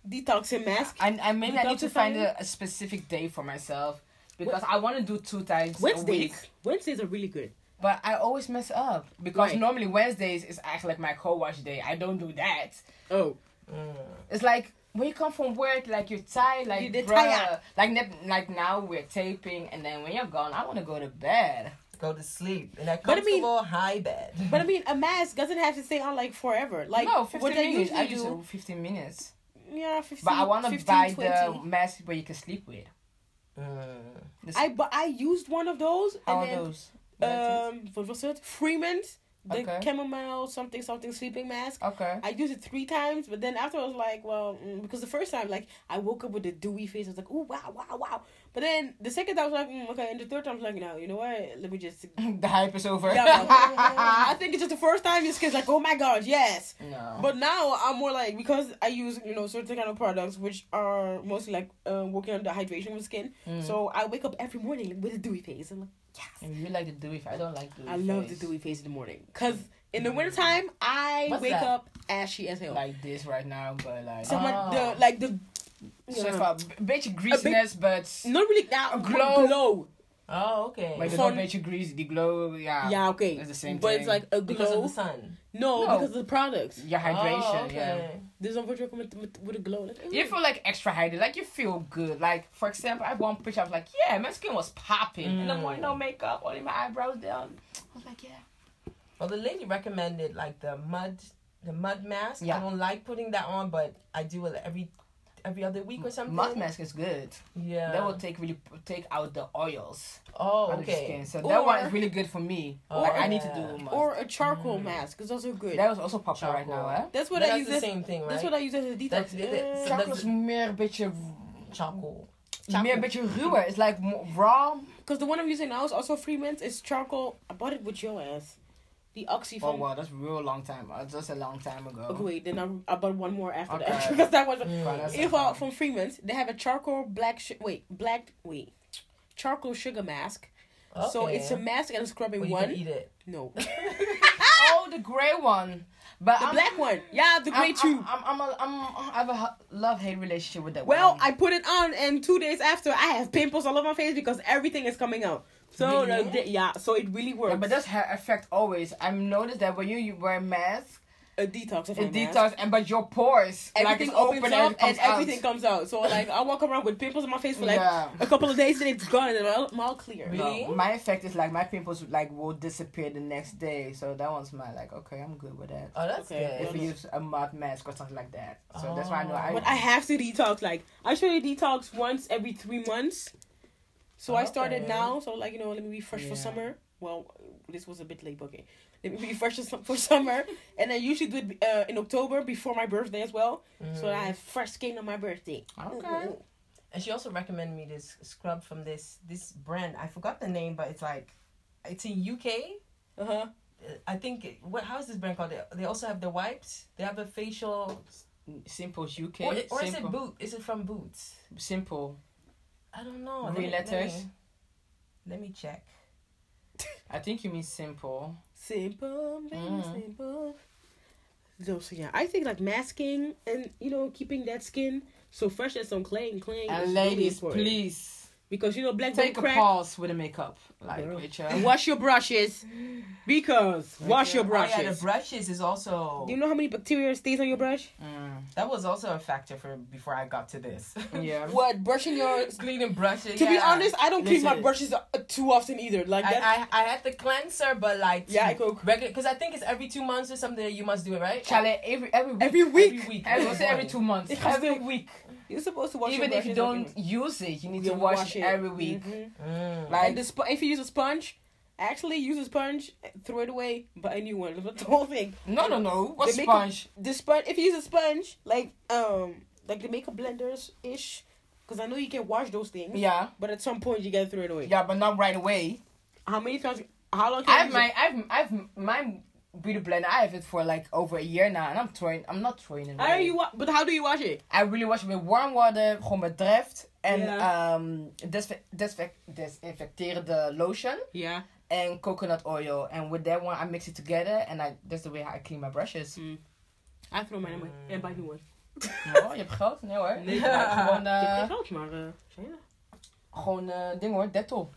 Speaker 1: Detoxing mask.
Speaker 3: I I maybe I need to find
Speaker 1: Detoxifying?
Speaker 3: a, a specific day for myself because I want to do two times a week.
Speaker 1: Wednesdays. Wednesdays are really good.
Speaker 3: But I always mess up because
Speaker 1: Right.
Speaker 3: normally Wednesdays is actually like my co-wash day. I don't do that.
Speaker 1: Oh.
Speaker 3: It's like when you come from work, like you're tired, like
Speaker 1: You- they're
Speaker 3: bruh.
Speaker 1: tired.
Speaker 3: Like nep- like now we're taping, and then when you're gone, I want to go to bed.
Speaker 2: Go to sleep in a
Speaker 1: But I mean-
Speaker 2: comfortable high bed.
Speaker 1: But I mean, a mask doesn't have to stay on like forever. Like
Speaker 3: no, 15
Speaker 1: what they
Speaker 3: minutes.
Speaker 1: usually
Speaker 3: I
Speaker 1: do.
Speaker 3: just do 15 minutes.
Speaker 1: Yeah, 15,
Speaker 3: But I want to
Speaker 1: 15,
Speaker 3: buy
Speaker 1: 20.
Speaker 3: the mask where you can sleep with.
Speaker 2: Mm.
Speaker 3: The
Speaker 1: I but I used one of those
Speaker 3: How
Speaker 1: and then
Speaker 3: those?
Speaker 1: um what was it? Freeman's the
Speaker 3: Okay.
Speaker 1: chamomile something something sleeping mask.
Speaker 3: okay.
Speaker 1: I used it three times, but then after I was like, well, mm, because the first time, like, I woke up with a dewy face. I was like, oh, wow, wow, wow. But then the second time, I was like, mm, okay. And the third time, I was like, no, you know what? Let me just.
Speaker 3: the hype is over.
Speaker 1: Yeah, but- I think it's just the first time, just because, like, oh my gosh, yes.
Speaker 3: no.
Speaker 1: But now I'm more like because I use you know certain kind of products which are mostly like uh, working on the hydration of skin.
Speaker 3: Mm.
Speaker 1: So I wake up every morning like, with a dewy face. I'm like, yes,
Speaker 3: And you like the dewy face. I don't like dewy
Speaker 1: I love the
Speaker 3: face. Mm.
Speaker 1: dewy face in the morning because in the wintertime I
Speaker 3: What's
Speaker 1: wake
Speaker 3: that?
Speaker 1: up ashy as hell.
Speaker 3: Like this right now, but like. uh,
Speaker 1: so my-
Speaker 2: Oh.
Speaker 1: the like the
Speaker 3: So
Speaker 1: Yeah.
Speaker 3: far, b- beetje greasiness, but.
Speaker 1: not really now glow.
Speaker 3: glow.
Speaker 1: glow.
Speaker 2: Oh, okay.
Speaker 3: Like the
Speaker 1: Fun-
Speaker 3: not beetje grease, the glow, yeah.
Speaker 1: Yeah, okay.
Speaker 3: It's the same
Speaker 1: but it's
Speaker 3: thing.
Speaker 1: like a
Speaker 2: because
Speaker 1: glow.
Speaker 2: of the sun.
Speaker 1: no,
Speaker 3: No.
Speaker 1: because of the products.
Speaker 3: Your hydration,
Speaker 2: Oh,
Speaker 3: yeah.
Speaker 2: okay.
Speaker 1: There's no virtual with, with, with a glow. Like,
Speaker 3: You feel like extra hydrated, like you feel good. Like for example, I have one picture. I was like, yeah, my skin was popping, and I'm wearing no makeup, only my eyebrows down. I was like, yeah.
Speaker 2: Well, the lady recommended like the mud, the mud mask. I
Speaker 3: Yeah.
Speaker 2: don't like putting that on, but I do it every every other week or something.
Speaker 3: Mud mask is good.
Speaker 2: Yeah.
Speaker 3: That will take really take out the oils
Speaker 2: oh,
Speaker 3: out of the
Speaker 2: okay.
Speaker 3: skin. So that one
Speaker 1: Or-
Speaker 3: is really good for me.
Speaker 2: Oh,
Speaker 3: like I need to
Speaker 2: yeah.
Speaker 3: do mud.
Speaker 1: or a charcoal mask is also good.
Speaker 3: that was also popular
Speaker 2: Charcoal.
Speaker 3: right now, eh?
Speaker 1: that's
Speaker 2: But
Speaker 1: what I
Speaker 2: that's
Speaker 1: use.
Speaker 2: the
Speaker 1: as-
Speaker 2: same thing, right?
Speaker 1: That's what I use as a detox.
Speaker 2: That's- it is.
Speaker 1: Uh,
Speaker 2: So-
Speaker 3: Chocolate is meer een beetje,
Speaker 2: charcoal.
Speaker 3: meer een beetje ruwer. It's like mo- raw.
Speaker 1: Because the one I'm using now is also Freeman's. It's charcoal. I bought it with your ass. The Oxy
Speaker 3: Oh
Speaker 1: from.
Speaker 3: wow, that's real long time. Uh, That's a long time ago.
Speaker 1: Okay, wait, then I, I bought one more after that.
Speaker 3: Okay.
Speaker 1: Because that was.
Speaker 2: Mm.
Speaker 3: Wow, that's
Speaker 1: In
Speaker 3: a long-
Speaker 1: fact, from Freeman's, they have a charcoal black. Sh- wait, black. Wait. Charcoal sugar mask. So
Speaker 2: Okay.
Speaker 1: it's a mask and a scrubbing
Speaker 2: Well, you
Speaker 1: one.
Speaker 2: can eat it.
Speaker 1: No.
Speaker 3: Oh, the gray one. But
Speaker 1: The
Speaker 3: I'm,
Speaker 1: black one. Yeah, the
Speaker 3: I'm,
Speaker 1: gray tube.
Speaker 3: I'm, I'm, a, I'm, I have a love hate relationship with that
Speaker 1: Well,
Speaker 3: one.
Speaker 1: I put it on, and two days after, I have pimples all over my face because everything is coming out. So,
Speaker 2: Really?
Speaker 1: like, the- yeah, so it really works.
Speaker 3: Yeah, but that's her effect always. I've noticed that when you, you wear a mask,
Speaker 1: a detox. Of
Speaker 3: it
Speaker 1: my mask.
Speaker 3: detox, and but your pores
Speaker 1: everything
Speaker 3: like, it's
Speaker 1: opens
Speaker 3: open
Speaker 1: up
Speaker 3: and, it
Speaker 1: and
Speaker 3: comes
Speaker 1: everything
Speaker 3: out.
Speaker 1: comes out. So like I walk around with pimples on my face for like
Speaker 3: Yeah.
Speaker 1: a couple of days, and it's gone, and I'm all clear.
Speaker 2: Really?
Speaker 3: No, my effect is like my pimples like will disappear the next day. So that one's my like okay, I'm good with that.
Speaker 2: Oh, that's
Speaker 1: Okay.
Speaker 2: good.
Speaker 3: if you use a mud mask or something like that. So that's why I know I.
Speaker 1: Oh. But I have to detox. Like I usually detox once every three months. So I started
Speaker 2: Okay.
Speaker 1: now. So like you know, let me be fresh for
Speaker 3: Yeah.
Speaker 1: summer. Well, this was a bit late, but okay. Let me be fresh for sum- for summer, and I usually do it uh, in October before my birthday as well.
Speaker 2: Mm.
Speaker 1: So that I have fresh skin on my birthday.
Speaker 3: Mm.
Speaker 1: Mm,
Speaker 3: Okay.
Speaker 2: And she also recommended me this scrub from this this brand. I forgot the name, but it's like it's in UK.
Speaker 1: Uh huh.
Speaker 2: Uh, I think it- what how is this brand called? They, they also have the wipes. They have a facial
Speaker 3: Simple UK.
Speaker 2: or, or is it
Speaker 3: simple.
Speaker 2: boot? Is it from Boots?
Speaker 3: Simple.
Speaker 2: I don't know.
Speaker 3: Three
Speaker 2: Let me- let
Speaker 3: letters.
Speaker 2: me- Let me check.
Speaker 3: I think you mean simple.
Speaker 1: Simple, baby,
Speaker 3: Mm.
Speaker 1: simple. No, so yeah, I think like masking and you know keeping that skin so fresh and so clean, clean. is
Speaker 3: And
Speaker 1: really
Speaker 3: ladies,
Speaker 1: important.
Speaker 3: please
Speaker 1: because you know black don't
Speaker 3: take a
Speaker 1: crack.
Speaker 3: pause with the makeup, like
Speaker 1: Girl.
Speaker 3: Rachel.
Speaker 1: And wash your brushes, because wash your brushes.
Speaker 2: Oh, yeah, the brushes is also
Speaker 1: Do you know how many bacteria stays on your brush?
Speaker 3: Mm,
Speaker 2: that was also a factor for before I got to this.
Speaker 3: yeah.
Speaker 1: What brushing your?
Speaker 2: Cleaning brushes.
Speaker 1: To be
Speaker 2: yeah.
Speaker 1: honest, I don't clean my
Speaker 2: Listen.
Speaker 1: brushes uh, too often either. Like that.
Speaker 2: I, I I had the cleanser, but like
Speaker 1: Yeah, I cook.
Speaker 2: regular because I think it's every two months or something that you must do it, right?
Speaker 3: Charlie, every every week.
Speaker 1: every week,
Speaker 2: Every week.
Speaker 3: I would say every two months.
Speaker 1: It has
Speaker 3: Every
Speaker 1: to-
Speaker 3: week.
Speaker 1: you're supposed to wash.
Speaker 3: Even
Speaker 1: your
Speaker 3: if you
Speaker 1: brushes
Speaker 3: don't
Speaker 1: every
Speaker 3: use it, you need
Speaker 1: week.
Speaker 3: to
Speaker 1: You
Speaker 3: wash, it every week.
Speaker 1: Mhm.
Speaker 2: Mm.
Speaker 1: And
Speaker 3: Like
Speaker 1: the sp- if you use a sponge, actually use a sponge, throw it away, buy a new one. That's the whole thing.
Speaker 3: no, no, no. What
Speaker 1: The makeup-
Speaker 3: sponge?
Speaker 1: The sponge, if you use a sponge, like um, like the makeup blenders ish, because I know you can wash those things.
Speaker 3: Yeah,
Speaker 1: But at some point you gotta throw it away.
Speaker 3: yeah, but not right away.
Speaker 1: How many times? How long? Can
Speaker 3: I
Speaker 1: you
Speaker 3: have
Speaker 1: use
Speaker 3: my,
Speaker 1: it?
Speaker 3: I've, I've my beauty blender. I have it for like over a year now, and I'm throwing. I'm not throwing it.
Speaker 1: How
Speaker 3: away.
Speaker 1: do you wa- But how do you wash it?
Speaker 3: I really wash it with warm water, gewoon met drift. En
Speaker 1: Ja.
Speaker 3: ehm, desve- desve- desinfecterende lotion.
Speaker 1: Yeah.
Speaker 3: And coconut oil. And with that one, I mix it together. And I, that's the way I clean my brushes.
Speaker 1: I throw mine away and buy new one.
Speaker 3: Oh, je hebt geld? Nee hoor.
Speaker 1: Nee.
Speaker 3: Maar Gewoon,
Speaker 1: Ik heb geen
Speaker 3: eh
Speaker 1: geld, maar. eh, ja.
Speaker 3: gewoon eh, ding hoor, Dettol.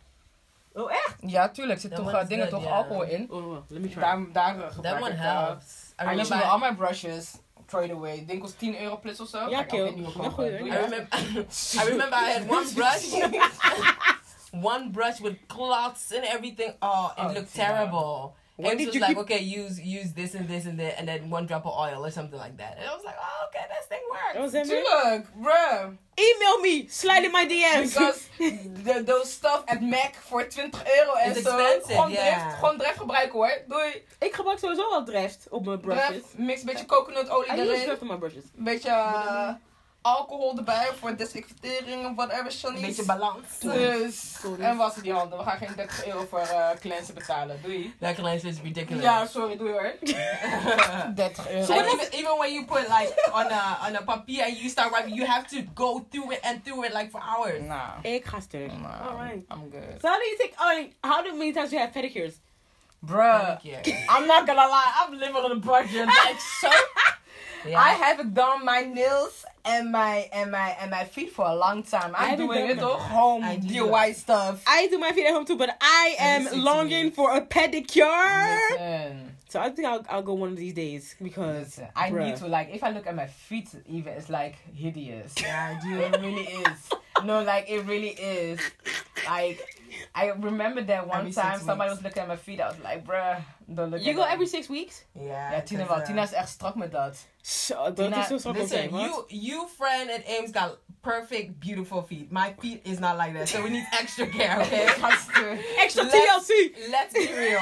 Speaker 1: Oh echt?
Speaker 3: Ja, tuurlijk. Zit
Speaker 2: That
Speaker 3: toch
Speaker 2: one
Speaker 3: eh,
Speaker 2: is
Speaker 3: dingen,
Speaker 2: good,
Speaker 3: toch
Speaker 2: yeah.
Speaker 3: alcohol in.
Speaker 1: Oh, well, let me try.
Speaker 3: Daar, daar eh, gebruik
Speaker 2: That
Speaker 3: ik
Speaker 2: one
Speaker 3: eh,
Speaker 2: helps.
Speaker 3: I use it
Speaker 2: remember
Speaker 3: with all my brushes. throw it away. Ik denk het was 10 euro plus of zo.
Speaker 4: Ja,
Speaker 3: Kijk,
Speaker 4: kill.
Speaker 3: ik weet niet
Speaker 4: Ja,
Speaker 3: wat
Speaker 4: goed,
Speaker 3: gewoon
Speaker 4: hoor.
Speaker 3: doe
Speaker 2: I
Speaker 3: je.
Speaker 2: remember, I remember I had one brush, one brush with clots and everything. Oh, it
Speaker 3: Oh,
Speaker 2: looked
Speaker 3: yeah.
Speaker 2: terrible.
Speaker 1: When
Speaker 2: it
Speaker 1: did
Speaker 2: was
Speaker 1: you
Speaker 2: like,
Speaker 1: keep-
Speaker 2: okay, use use this and this and that, and then one drop of oil or something like that. And I was like, oh, okay, this thing works.
Speaker 4: That was it, man.
Speaker 3: Tuurlijk, bruh.
Speaker 1: Email me, slide in my DM's.
Speaker 3: Because the, those stuff at Mac voor 20 euro en
Speaker 2: It's
Speaker 3: zo.
Speaker 2: expensive,
Speaker 3: Gewoon
Speaker 2: yeah.
Speaker 3: drift, gewoon drift gebruiken hoor. Doei.
Speaker 1: ik gebruik sowieso al drift op mijn brushes.
Speaker 3: Drift, mix een beetje coconutolie
Speaker 1: I use
Speaker 3: erin.
Speaker 1: drift op mijn brushes.
Speaker 3: Een beetje eh, alcohol erbij voor desinfectering of whatever,
Speaker 2: Een
Speaker 3: Shanice.
Speaker 2: beetje balans.
Speaker 3: Dus, en was die handen. We gaan geen 30 euro voor eh cleansen betalen. Doei.
Speaker 2: That cleanser is ridiculous.
Speaker 3: Ja, sorry, doei hoor. 30 euro.
Speaker 2: So even, even when you put like on a on a papier and you start writing, you have to go through it and through it like for hours.
Speaker 3: Nah,
Speaker 1: Ik ga stuk.
Speaker 3: nah,
Speaker 1: Alright.
Speaker 3: Nou, I'm good.
Speaker 1: So how do you think? Oh, how do- many times you have pedicures?
Speaker 3: Bruh,
Speaker 2: Yeah.
Speaker 3: I'm not gonna lie, I'm living on a budget. Like, so I
Speaker 2: Yeah.
Speaker 3: haven't done my nails and my and my and my feet for a long time. I'm
Speaker 1: haven't
Speaker 3: doing
Speaker 1: done
Speaker 3: it
Speaker 1: them.
Speaker 3: all home
Speaker 2: I do
Speaker 3: DIY stuff.
Speaker 1: I do my feet at home too, but I
Speaker 2: Every
Speaker 1: am
Speaker 2: six
Speaker 1: longing
Speaker 2: weeks.
Speaker 1: for a pedicure.
Speaker 3: Listen,
Speaker 1: So I think I'll, I'll go one of these days because
Speaker 3: listen, I
Speaker 1: bruh.
Speaker 3: need to like if I look at my feet even it's like hideous.
Speaker 2: Yeah, I do.
Speaker 3: It really is. No, like it really is. Like I remember that one
Speaker 2: Every six
Speaker 3: time somebody
Speaker 2: weeks.
Speaker 3: was looking at my feet. I was like, bruh, don't look.
Speaker 1: You
Speaker 3: at
Speaker 1: go
Speaker 3: that."
Speaker 1: every six weeks?
Speaker 2: Yeah.
Speaker 3: Ja, Tina wel.
Speaker 2: because, uh,
Speaker 3: Tina is echt strak met dat.
Speaker 1: So, dat is
Speaker 3: Do not-
Speaker 1: zo strak
Speaker 2: Listen,
Speaker 1: okay, want-
Speaker 2: you you friend and Ames got perfect, beautiful feet. My feet is not like that, so we need extra care, okay?
Speaker 1: Extra
Speaker 2: Let's-
Speaker 1: TLC!
Speaker 2: Let's be real.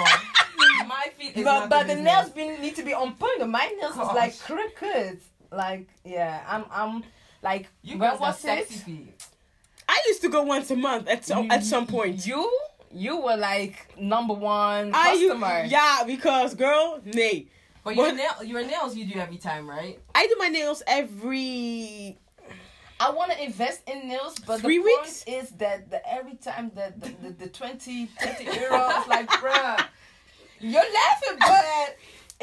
Speaker 2: My feet is
Speaker 3: But,
Speaker 2: not
Speaker 3: but the
Speaker 2: business.
Speaker 3: nails be, need to be on point. though. My nails was
Speaker 2: Gosh.
Speaker 3: like crooked. Like yeah, I'm I'm like
Speaker 2: You
Speaker 3: when
Speaker 2: guys got
Speaker 3: was it?
Speaker 2: sexy feet.
Speaker 1: I used to go once a month at some
Speaker 3: You-
Speaker 1: at some point.
Speaker 3: You you were like number one
Speaker 1: I you,
Speaker 3: customer.
Speaker 1: yeah, because girl, nay.
Speaker 2: But
Speaker 1: What?
Speaker 2: your nail your nails you do every time, right?
Speaker 1: I do my nails every
Speaker 3: I want to invest in nails, but
Speaker 1: Three
Speaker 3: the
Speaker 1: weeks?
Speaker 3: point is that the, every time the the, the, the 20, 20 euros, like, bruh, you're laughing, but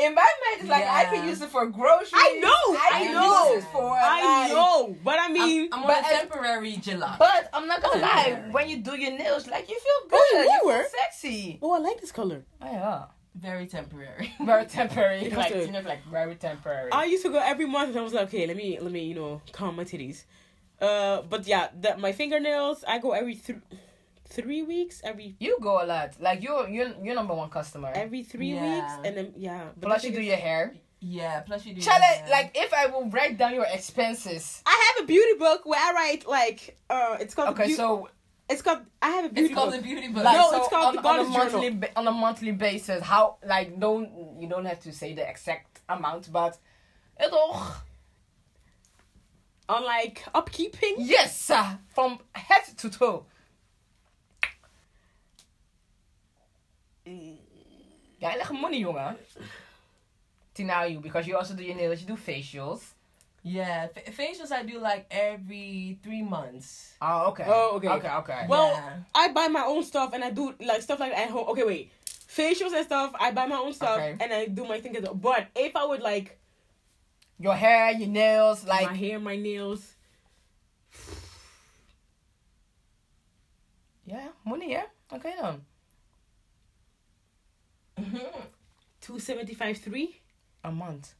Speaker 3: in my mind, it's like I
Speaker 2: Yeah.
Speaker 3: could use it for groceries.
Speaker 1: I know,
Speaker 3: I,
Speaker 1: I
Speaker 3: could
Speaker 2: know.
Speaker 3: use it for.
Speaker 1: I
Speaker 3: like-
Speaker 1: know, but I mean
Speaker 2: I'm, I'm on
Speaker 3: but
Speaker 2: a
Speaker 3: I-
Speaker 2: temporary gelap.
Speaker 3: But I'm not gonna lie,
Speaker 2: Temporary.
Speaker 3: when you do your nails, like you feel good,
Speaker 1: Oh, you
Speaker 3: you
Speaker 1: were.
Speaker 3: feel sexy.
Speaker 1: Oh I like this color.
Speaker 3: Oh, yeah.
Speaker 2: Very temporary.
Speaker 3: Very temporary,
Speaker 1: Because
Speaker 3: like
Speaker 1: the-
Speaker 3: you know, like very temporary.
Speaker 1: I used to go every month and I was like, okay, let me let me, you know, calm my titties. Uh but yeah, that my fingernails, I go every th- three weeks, every
Speaker 3: you go a lot, like you're you're you're number one customer.
Speaker 1: every three
Speaker 2: Yeah.
Speaker 1: weeks and then yeah. But
Speaker 3: Plus,
Speaker 1: the
Speaker 3: you do
Speaker 1: thing is-
Speaker 3: your hair.
Speaker 2: yeah, plus you do your
Speaker 3: Charlotte,
Speaker 2: nails.
Speaker 3: like if I will write down your expenses.
Speaker 1: I have a beauty book where I write like uh it's called
Speaker 3: Okay,
Speaker 1: Beau-
Speaker 3: so
Speaker 1: it's called I have a beauty
Speaker 2: it's called the
Speaker 1: book.
Speaker 2: beauty book.
Speaker 3: like,
Speaker 1: No,
Speaker 3: so
Speaker 1: it's called
Speaker 3: on,
Speaker 1: the
Speaker 3: on a
Speaker 1: Goddess Journal.
Speaker 3: monthly ba- on a monthly basis. How like don't you don't have to say the exact amount, but it all
Speaker 1: on like upkeeping.
Speaker 3: yes sir, from head to toe. Jij legt money, jongen. Tina, you because you also do your nails, you do facials.
Speaker 2: yeah, fa- facials I do like every three months.
Speaker 3: Oh, okay.
Speaker 1: Oh, okay.
Speaker 3: Okay, okay.
Speaker 1: Well,
Speaker 2: Yeah.
Speaker 1: I buy my own stuff and I do like stuff like that at home. Okay, wait. Facials and stuff, I buy my own stuff
Speaker 3: Okay.
Speaker 1: and I do my thing. as well. But if I would like,
Speaker 3: your hair, your nails,
Speaker 1: my
Speaker 3: like
Speaker 1: hair, my nails,
Speaker 3: yeah, money, yeah. Okay then.
Speaker 2: Mm-hmm.
Speaker 1: two seventy five three
Speaker 3: A month.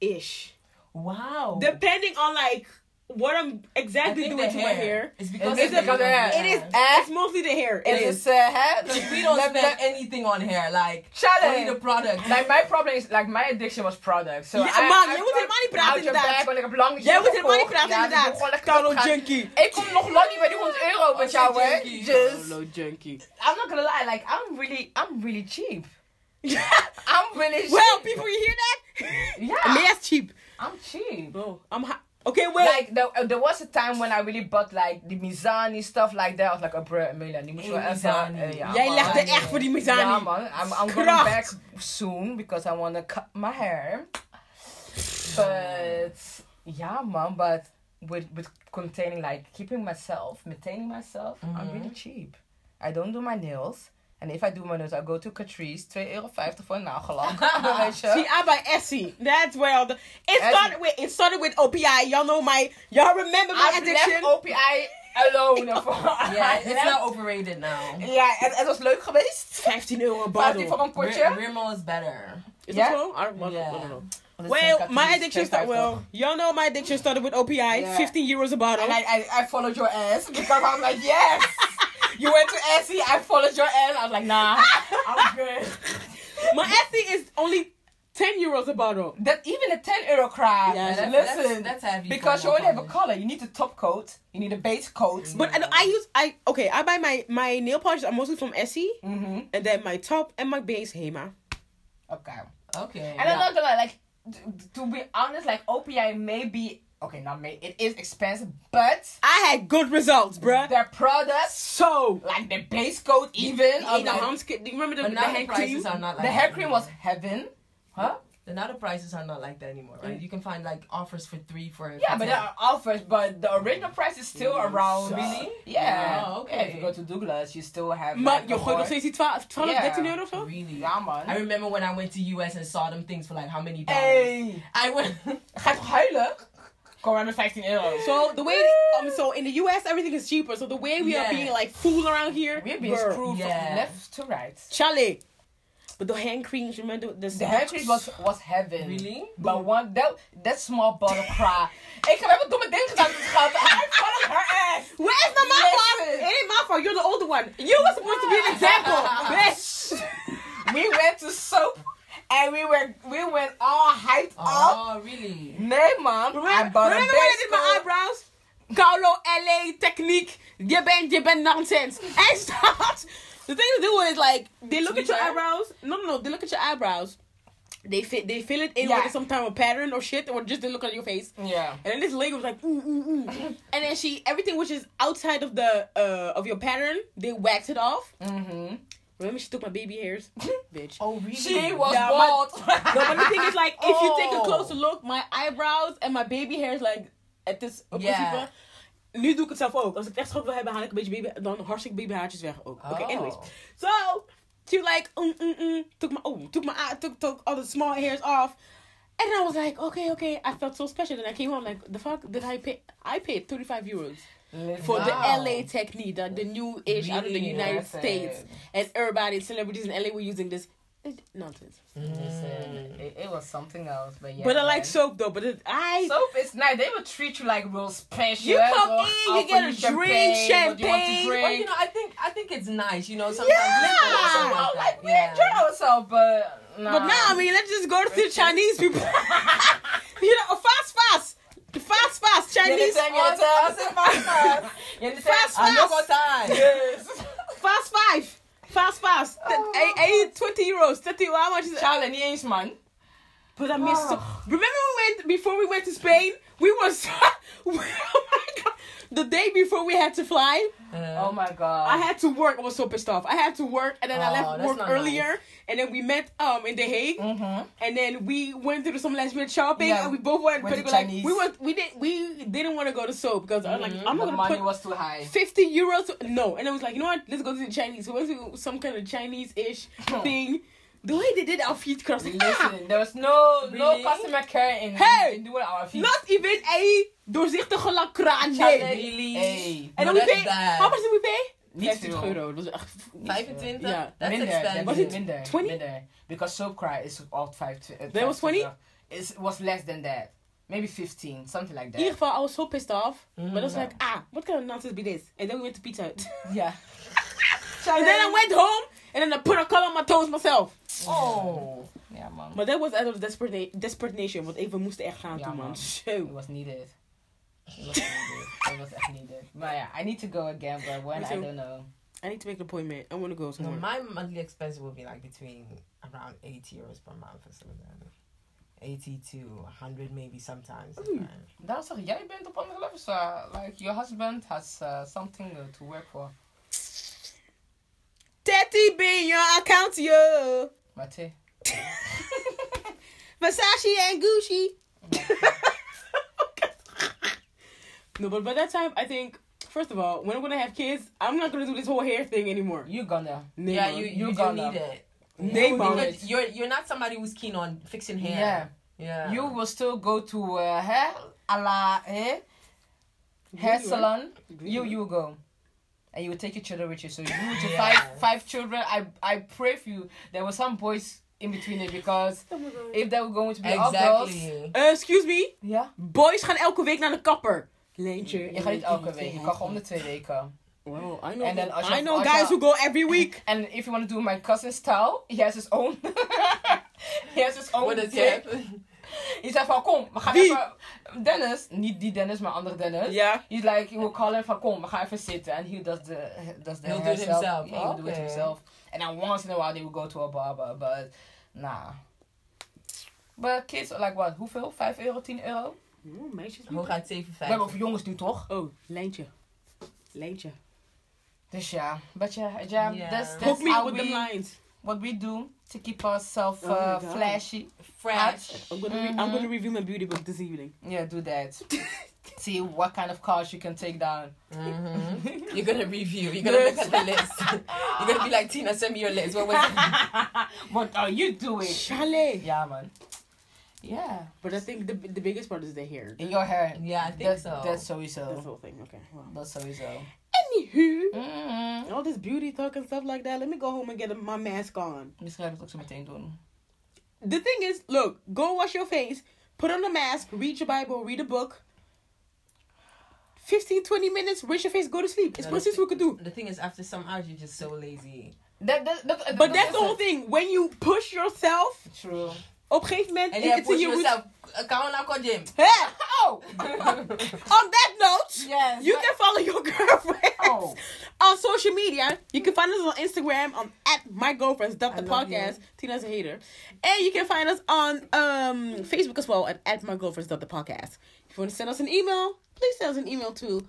Speaker 1: ish,
Speaker 2: wow.
Speaker 1: depending on like what I'm
Speaker 2: I
Speaker 1: exactly
Speaker 2: Oh. think
Speaker 1: doing
Speaker 2: the
Speaker 1: to my hair.
Speaker 2: It's because
Speaker 3: It's
Speaker 2: of
Speaker 3: because of hair.
Speaker 1: It is. It's mostly the hair. It is.
Speaker 3: Is it sad? head?
Speaker 2: Like, we don't
Speaker 3: Like,
Speaker 2: spend
Speaker 3: like-
Speaker 2: anything on hair. Like
Speaker 3: Charlotte.
Speaker 2: only the product.
Speaker 3: Like my problem is like my addiction was products. So
Speaker 1: Ja,
Speaker 3: I-
Speaker 1: maar
Speaker 3: I-
Speaker 1: jij moet helemaal niet praten,
Speaker 3: Houd je
Speaker 1: inderdaad.
Speaker 3: bek, want ik heb lang niet
Speaker 1: Jij moet
Speaker 3: gekocht.
Speaker 1: helemaal niet praten,
Speaker 3: Ja, ik
Speaker 1: inderdaad.
Speaker 3: moet gewoon lekker
Speaker 1: Carlo
Speaker 3: doorgaan.
Speaker 1: Junkie.
Speaker 3: Ik kom nog lang niet bij die 100 euro met
Speaker 2: Oh,
Speaker 3: jou, hè?
Speaker 2: junkie.
Speaker 3: Dus
Speaker 1: Hello, junkie.
Speaker 3: I'm not gonna lie, like I'm really, I'm really cheap. I'm really cheap.
Speaker 1: well, people, you hear that?
Speaker 3: Yeah.
Speaker 1: Leah's cheap.
Speaker 3: I'm cheap.
Speaker 1: No, I'm hot. Okay, wait.
Speaker 3: Like there, uh, there was a time when I really bought like the Mizani stuff like that. I was like, oh bro, Emilia, die moet je wel
Speaker 2: Hey,
Speaker 3: even.
Speaker 2: Mizani.
Speaker 3: eh, ja,
Speaker 1: Jij
Speaker 3: man.
Speaker 1: legt er echt voor die Mizani.
Speaker 3: Ja man, I'm, I'm going
Speaker 1: Kracht.
Speaker 3: back soon because I want to cut my hair. But yeah man, but with with containing like keeping myself, maintaining myself, I'm
Speaker 1: Mm-hmm.
Speaker 3: really cheap. I don't do my nails. And if I do my nails, I go to Catrice, 2,50 euro voor een nagellak. Weet je?
Speaker 1: See, I buy Essie. That's where all the it
Speaker 3: Essie.
Speaker 1: started with. It started with OPI. Y'all know my. Y'all remember my
Speaker 3: I've
Speaker 1: addiction.
Speaker 3: left OPI alone.
Speaker 2: yeah, it's
Speaker 3: I've
Speaker 2: not overrated now.
Speaker 3: Ja, het, het was leuk geweest.
Speaker 1: 15 euro een
Speaker 3: Bouwt hij voor
Speaker 1: bottle.
Speaker 3: een
Speaker 2: Ri-
Speaker 3: potje?
Speaker 2: Rimmel is better.
Speaker 1: Is
Speaker 3: Ja?
Speaker 1: dat zo? I don't, I don't
Speaker 2: Yeah.
Speaker 1: know.
Speaker 2: This has got
Speaker 1: Well,
Speaker 2: to
Speaker 1: my
Speaker 2: be
Speaker 1: addiction
Speaker 2: stepped
Speaker 1: started.
Speaker 2: out
Speaker 1: Well, y'all know my addiction started with OPI,
Speaker 3: Yeah.
Speaker 1: fifteen euros a bottle.
Speaker 3: And I, I, I followed your ass because I was like, yes. you went to Essie, I followed your ass. I was like, nah, I'm good.
Speaker 1: my Essie is only ten euros a bottle.
Speaker 3: That even a ten euro crowd.
Speaker 1: Yeah,
Speaker 3: listen,
Speaker 2: that's- that's- that's heavy
Speaker 3: because
Speaker 2: for
Speaker 3: you only have a
Speaker 2: Wakanda.
Speaker 3: color. You need a top coat. You need a base coat.
Speaker 1: But I, I use I okay. I buy my my nail polishes are mostly from Essie,
Speaker 3: mm-hmm.
Speaker 1: and then my top and my base Hema.
Speaker 3: okay,
Speaker 2: Okay.
Speaker 3: and I'm not gonna lie, like t- to be honest, like OPI may be okay, not may it is expensive, but
Speaker 1: I had good results, bruh.
Speaker 3: their products,
Speaker 1: So
Speaker 3: like the base coat, even
Speaker 1: the,
Speaker 3: I'm
Speaker 1: the
Speaker 3: like-
Speaker 1: hand skin- do you remember the,
Speaker 2: But
Speaker 1: the
Speaker 2: now the
Speaker 1: hand
Speaker 2: prices
Speaker 1: cream?
Speaker 2: are not like
Speaker 3: the
Speaker 2: that
Speaker 3: hair cream
Speaker 2: anymore.
Speaker 3: was heaven, huh?
Speaker 2: Then now the prices are not like that anymore, right? You can find like offers for three for
Speaker 3: Mm. Yeah, but there are offers, but the original price is still around.
Speaker 2: Really?
Speaker 3: Yeah.
Speaker 2: Oh, okay.
Speaker 3: Yeah, if you go to Douglas, you still have.
Speaker 1: Maar
Speaker 3: like,
Speaker 1: je
Speaker 3: a
Speaker 1: gooit nog
Speaker 3: more-
Speaker 1: steeds die 12, 12
Speaker 3: Yeah.
Speaker 1: 13 euro of zo?
Speaker 2: really.
Speaker 3: Ja, man.
Speaker 2: I remember when I went to US and saw them things for like how many dollars.
Speaker 3: Hey!
Speaker 2: I went.
Speaker 3: Ga je toch huilen? Kom maar met 15 euro.
Speaker 1: So the way um so in the US everything is cheaper. So the way we are
Speaker 2: Yeah.
Speaker 1: being like fooled around here,
Speaker 3: We're being
Speaker 1: girl.
Speaker 3: screwed
Speaker 2: Yeah.
Speaker 3: from left to right.
Speaker 1: Charlie. But the hand creams, remember the
Speaker 3: The hair cream was, was heaven.
Speaker 2: Really? Oh,
Speaker 3: But one, that, that small bottle cry. Ik heb even domme dingen gedaan met die schat. I followed her ass.
Speaker 1: Well, it's not my fault.
Speaker 3: Listen.
Speaker 1: It ain't my fault. You're the older one. You were supposed to be an example, bitch.
Speaker 3: We went to soap and we were we went all hyped up.
Speaker 2: Oh, really?
Speaker 3: Nee, man. I
Speaker 1: Remember,
Speaker 3: bought a
Speaker 1: remember when I did my
Speaker 3: basic-
Speaker 1: eyebrows? Carlo LA technique. Je bent, je bent nonsense. And start. The thing to do is like they look at your
Speaker 3: Sweetheart?
Speaker 1: eyebrows. No, no, no. They look at your eyebrows. They fit. They fill it in
Speaker 3: Yeah. Mm.
Speaker 1: with some type of pattern or shit, or just they look at your face.
Speaker 3: Yeah.
Speaker 1: And then this lady was like, mm, mm, mm. and then she everything which is outside of the uh of your pattern, they waxed it off.
Speaker 3: Mm-hmm.
Speaker 1: Remember, she took my baby hairs, bitch.
Speaker 2: Oh, really?
Speaker 3: She was
Speaker 1: Yeah,
Speaker 3: bald.
Speaker 1: No, but the thing is, like, if you take a
Speaker 3: Oh.
Speaker 1: closer look, my eyebrows en mijn baby hair is like at this. Op
Speaker 2: Ja.
Speaker 1: principe. Nu doe ik het zelf ook. Als ik echt schok wil hebben, haal ik een beetje baby, dan hartstikke babyhaartjes weg ook. Oké,
Speaker 2: Oh.
Speaker 1: anyways. So, she was like, mm, mm, mm, took my, oh, took my, eye- took, took all the small hairs off. And I was like, okay, okay. I felt so special. Then I came home like, the fuck did I pay? I paid 35 euros for
Speaker 2: Wow.
Speaker 1: the LA technique, the, the new age out of the
Speaker 2: Really?
Speaker 1: United
Speaker 3: Listen.
Speaker 1: States. And everybody, celebrities in LA were using this. It- Nonsense.
Speaker 2: Mm,
Speaker 3: Listen, it, it was something else, but yeah.
Speaker 1: But I like
Speaker 3: man.
Speaker 1: soap though. But it, I
Speaker 3: Soap is nice. They will treat you like real special.
Speaker 1: You come
Speaker 3: They'll
Speaker 1: in, you
Speaker 3: offer
Speaker 1: get
Speaker 3: you
Speaker 1: a drink,
Speaker 3: what you want to
Speaker 1: champagne.
Speaker 3: drink.
Speaker 2: Well, you know, I think I think it's nice. You know, sometimes
Speaker 1: Yeah. Oh,
Speaker 3: So, well,
Speaker 2: like,
Speaker 3: like we
Speaker 2: yeah.
Speaker 3: enjoy ourselves, but nah.
Speaker 1: but now I mean let's just go to the Chinese people. you know, fast, fast, fast, fast
Speaker 3: you
Speaker 1: Chinese,
Speaker 3: understand? You understand? You understand?
Speaker 1: Fast,
Speaker 3: I know
Speaker 1: fast.
Speaker 3: what time. Yes.
Speaker 1: fast five, fast, fast. Th-
Speaker 3: Oh.
Speaker 1: I, I eat twenty euros, thirty. How much is it?
Speaker 3: Charlie, niet eens man.
Speaker 1: But I missed. So- Remember we went before we went to Spain. We was oh my god. The day before we had to fly,
Speaker 2: Uh,
Speaker 3: Oh my god.
Speaker 1: I had to work. I was so pissed off. I had to work, and then I
Speaker 2: Oh,
Speaker 1: left
Speaker 2: that's
Speaker 1: work
Speaker 2: not
Speaker 1: earlier. And then we met um in The Hague,
Speaker 3: Mhm.
Speaker 1: and then we went through some last minute shopping,
Speaker 3: Yeah,
Speaker 1: and we both went.
Speaker 3: with
Speaker 1: but
Speaker 3: the
Speaker 1: like,
Speaker 3: Chinese.
Speaker 1: we went. We didn't. We didn't want to go to Seoul because I'm like, I'm
Speaker 3: the
Speaker 1: not gonna
Speaker 3: money
Speaker 1: put
Speaker 3: was too high.
Speaker 1: fifty euros. to- no, and I was like, you know what? Let's go to the Chinese. So we went to some kind of Chinese ish thing. The way they did our feet cross, like, ah,
Speaker 3: Listen, there was no no
Speaker 2: Really?
Speaker 3: customer care in,
Speaker 1: Hey!
Speaker 3: in doing our feet.
Speaker 1: not even a doorzichtige lakraan.
Speaker 3: Charlie,
Speaker 1: Nee.
Speaker 2: Really?
Speaker 3: Hey.
Speaker 1: En dan
Speaker 2: No,
Speaker 1: we
Speaker 2: that's
Speaker 1: pay.
Speaker 2: bad.
Speaker 1: How much did we pay?
Speaker 3: Niet
Speaker 1: 50
Speaker 3: veel.
Speaker 1: euro. Dat was echt.
Speaker 2: 25?
Speaker 1: Yeah.
Speaker 2: That's
Speaker 3: minder,
Speaker 1: Was
Speaker 2: expensive.
Speaker 3: Was
Speaker 1: it
Speaker 3: it minder,
Speaker 1: 20?
Speaker 3: Minder, because soap cry is all five. tw- uh,
Speaker 1: There was 20?
Speaker 3: It's, it was less than that, maybe fifteen, something like
Speaker 1: In ieder
Speaker 3: that.
Speaker 1: geval, I was so pissed off. But I was like, ah, what kind of nonsense be this? And then we went to Pizza Hut.
Speaker 3: Yeah.
Speaker 1: and then I went home, and then I put a color on my toes myself.
Speaker 3: Oh. Yeah, man.
Speaker 1: Maar dat was out of desperate, desperation, want even moest echt gaan
Speaker 3: Ja,
Speaker 1: doen, man.
Speaker 3: man.
Speaker 1: Zo.
Speaker 3: It was needed. It was needed. it was echt needed. But yeah, I need to go again, but when
Speaker 1: Me
Speaker 3: I
Speaker 1: too.
Speaker 3: don't know.
Speaker 1: I need to make an appointment. I want to go
Speaker 2: No,
Speaker 1: somewhere.
Speaker 2: my monthly expense will be like between around 80 euros per month or something. 80 to 100 maybe sometimes.
Speaker 3: Daarom zeg ik, jij bent op andere levels. uh, like your husband has uh, something uh, to work for.
Speaker 1: Teddy in your account, yo.
Speaker 3: Wat hè?
Speaker 1: Versace and Gucci. no, but by that time, I think, first of all, when I'm going to have kids, I'm not going to do this whole hair thing anymore.
Speaker 3: You gonna.
Speaker 1: Nee,
Speaker 2: yeah,
Speaker 1: man.
Speaker 2: you,
Speaker 3: You
Speaker 2: you, do
Speaker 3: gonna-
Speaker 2: need it.
Speaker 1: Nee,
Speaker 2: You-
Speaker 1: man.
Speaker 2: because You're, you're not somebody who's keen on fixing hair.
Speaker 3: Yeah.
Speaker 2: Yeah.
Speaker 3: You will still go to uh, hair a la eh? hair
Speaker 1: Really,
Speaker 3: salon.
Speaker 1: Really?
Speaker 3: You you go, and you will take your children with you. So you with your
Speaker 2: Yeah.
Speaker 3: five five children. I I pray for you. There were some boys in between it because if there were going to be afros,
Speaker 2: Exactly.
Speaker 1: Eh, excuse me.
Speaker 3: ja,
Speaker 1: Boys gaan elke week naar de kapper. Leentje.
Speaker 3: je gaat niet elke week, je kan gewoon om de twee weken.
Speaker 4: Wow, I
Speaker 3: En dan als je
Speaker 1: I know
Speaker 3: als
Speaker 1: guys
Speaker 3: je-
Speaker 1: who go every week.
Speaker 3: And if you want to do my cousin style, he has his own. he has his own.
Speaker 2: What is
Speaker 3: thing.
Speaker 2: it?
Speaker 3: Hij zei van kom, we gaan
Speaker 1: Wie?
Speaker 3: even. Dennis, niet die Dennis, maar andere Dennis.
Speaker 1: Ja.
Speaker 3: He's like, he will call him van kom, we gaan even zitten. En he does the, does the
Speaker 2: He'll do it
Speaker 3: hairstyle.
Speaker 2: himself.
Speaker 3: Yeah, he'll do it
Speaker 2: Okay.
Speaker 3: himself. And then once in a while they will go to a barber, but nah. But kids are like what, hoeveel? 5 euro, 10 euro?
Speaker 1: Oh, meisjes.
Speaker 2: Hoe gaat
Speaker 3: We hebben
Speaker 2: 7,5?
Speaker 3: over jongens nu toch?
Speaker 1: Oh, Leentje. Leentje.
Speaker 3: Dus ja, but yeah, yeah,
Speaker 2: Yeah.
Speaker 3: that's, that's
Speaker 1: Hook me
Speaker 3: how
Speaker 1: with
Speaker 3: we,
Speaker 1: the lines.
Speaker 3: what we do to keep ourselves
Speaker 1: Oh my
Speaker 3: uh,
Speaker 1: God.
Speaker 3: flashy.
Speaker 2: Fresh.
Speaker 1: I'm gonna, re- I'm
Speaker 3: Mhm.
Speaker 1: gonna review my beauty book this evening.
Speaker 3: Yeah, do that. See what kind of cars you can take down.
Speaker 2: Mhm. You're gonna review. You're gonna look at the list. You're gonna be like Tina, send me your list. What was it?
Speaker 3: What are you doing?
Speaker 1: Chalet.
Speaker 3: Yeah, man. Yeah.
Speaker 1: But I think the the biggest part is the hair.
Speaker 3: In your hair.
Speaker 2: Yeah, I think
Speaker 3: that's,
Speaker 2: so.
Speaker 3: That's
Speaker 1: That's the
Speaker 3: sowieso.
Speaker 1: whole thing. Okay. Wow.
Speaker 3: That's sowieso.
Speaker 1: Anywho,
Speaker 3: Mm.
Speaker 1: all this beauty talk and stuff like that. Let me go home and get my mask on.
Speaker 3: Misschien ga ik dat ook zo meteen doen.
Speaker 1: The thing is, look, go wash your face, put on a mask, read your Bible, read a book. 15, 20 minutes, wash your face, go to sleep. It's
Speaker 2: No,
Speaker 1: precies what we could do.
Speaker 2: The thing is, after some hours, you're just so lazy.
Speaker 3: That, that, that, that-
Speaker 1: But that's the
Speaker 3: it.
Speaker 1: whole thing. When you push yourself,
Speaker 3: True.
Speaker 1: op een gegeven moment,
Speaker 2: And
Speaker 1: it-
Speaker 2: then
Speaker 1: it's in
Speaker 2: push
Speaker 1: your routine.
Speaker 2: yourself. Account now, call Jim.
Speaker 1: Hey,
Speaker 3: Oh!
Speaker 1: on that note,
Speaker 3: yes.
Speaker 1: you
Speaker 3: but-
Speaker 1: can follow your girlfriend
Speaker 3: Oh.
Speaker 1: on social media. You can find us on Instagram on at my girlfriends dump the
Speaker 2: love
Speaker 1: podcast. Tina's a hater, and you can find us on um Facebook as well at, at my girlfriends dump the podcast. If you want to send us an email, please send us an email to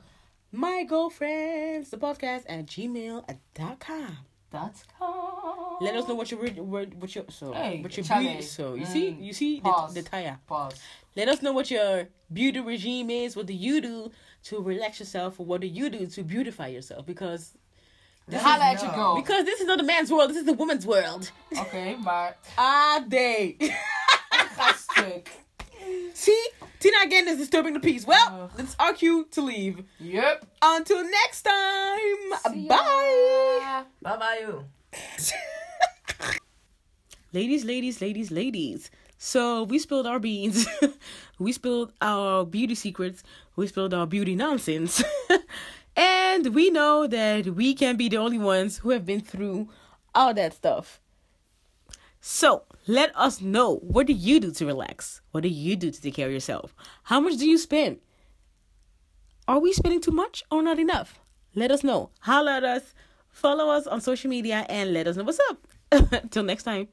Speaker 1: my girlfriends the podcast at gmail.com.
Speaker 3: That's cool.
Speaker 1: Let us know what your word- word what your so
Speaker 3: Oh. Hey,
Speaker 1: what your
Speaker 3: Chale.
Speaker 1: beauty. So you see
Speaker 3: Mm.
Speaker 1: you see the,
Speaker 3: Pause.
Speaker 1: the tire.
Speaker 3: Pause.
Speaker 1: Let us know what your beauty regime is. What do you do to relax yourself? Or what do you do to beautify yourself? Because
Speaker 3: Holla at your girl.
Speaker 1: because this is not a man's world. This is the woman's world.
Speaker 3: Oké, maar...
Speaker 1: Ah, day.
Speaker 3: Ga stuk.
Speaker 1: See, Tina again is disturbing the peace. Well,
Speaker 2: Ugh.
Speaker 1: it's our cue to leave.
Speaker 3: Yup.
Speaker 1: Until next time.
Speaker 3: See ya.
Speaker 1: Bye.
Speaker 2: Bye bye, you.
Speaker 4: ladies, ladies, ladies, ladies. So we spilled our beans. we spilled our beauty secrets. We spilled our beauty nonsense. and we know that we can be the only ones who have been through all that stuff. So let us know what do you do to relax? What do you do to take care of yourself? How much do you spend? Are we spending too much or not enough? Let us know. Holla at us. Follow us on social media and let us know what's up. Till next time.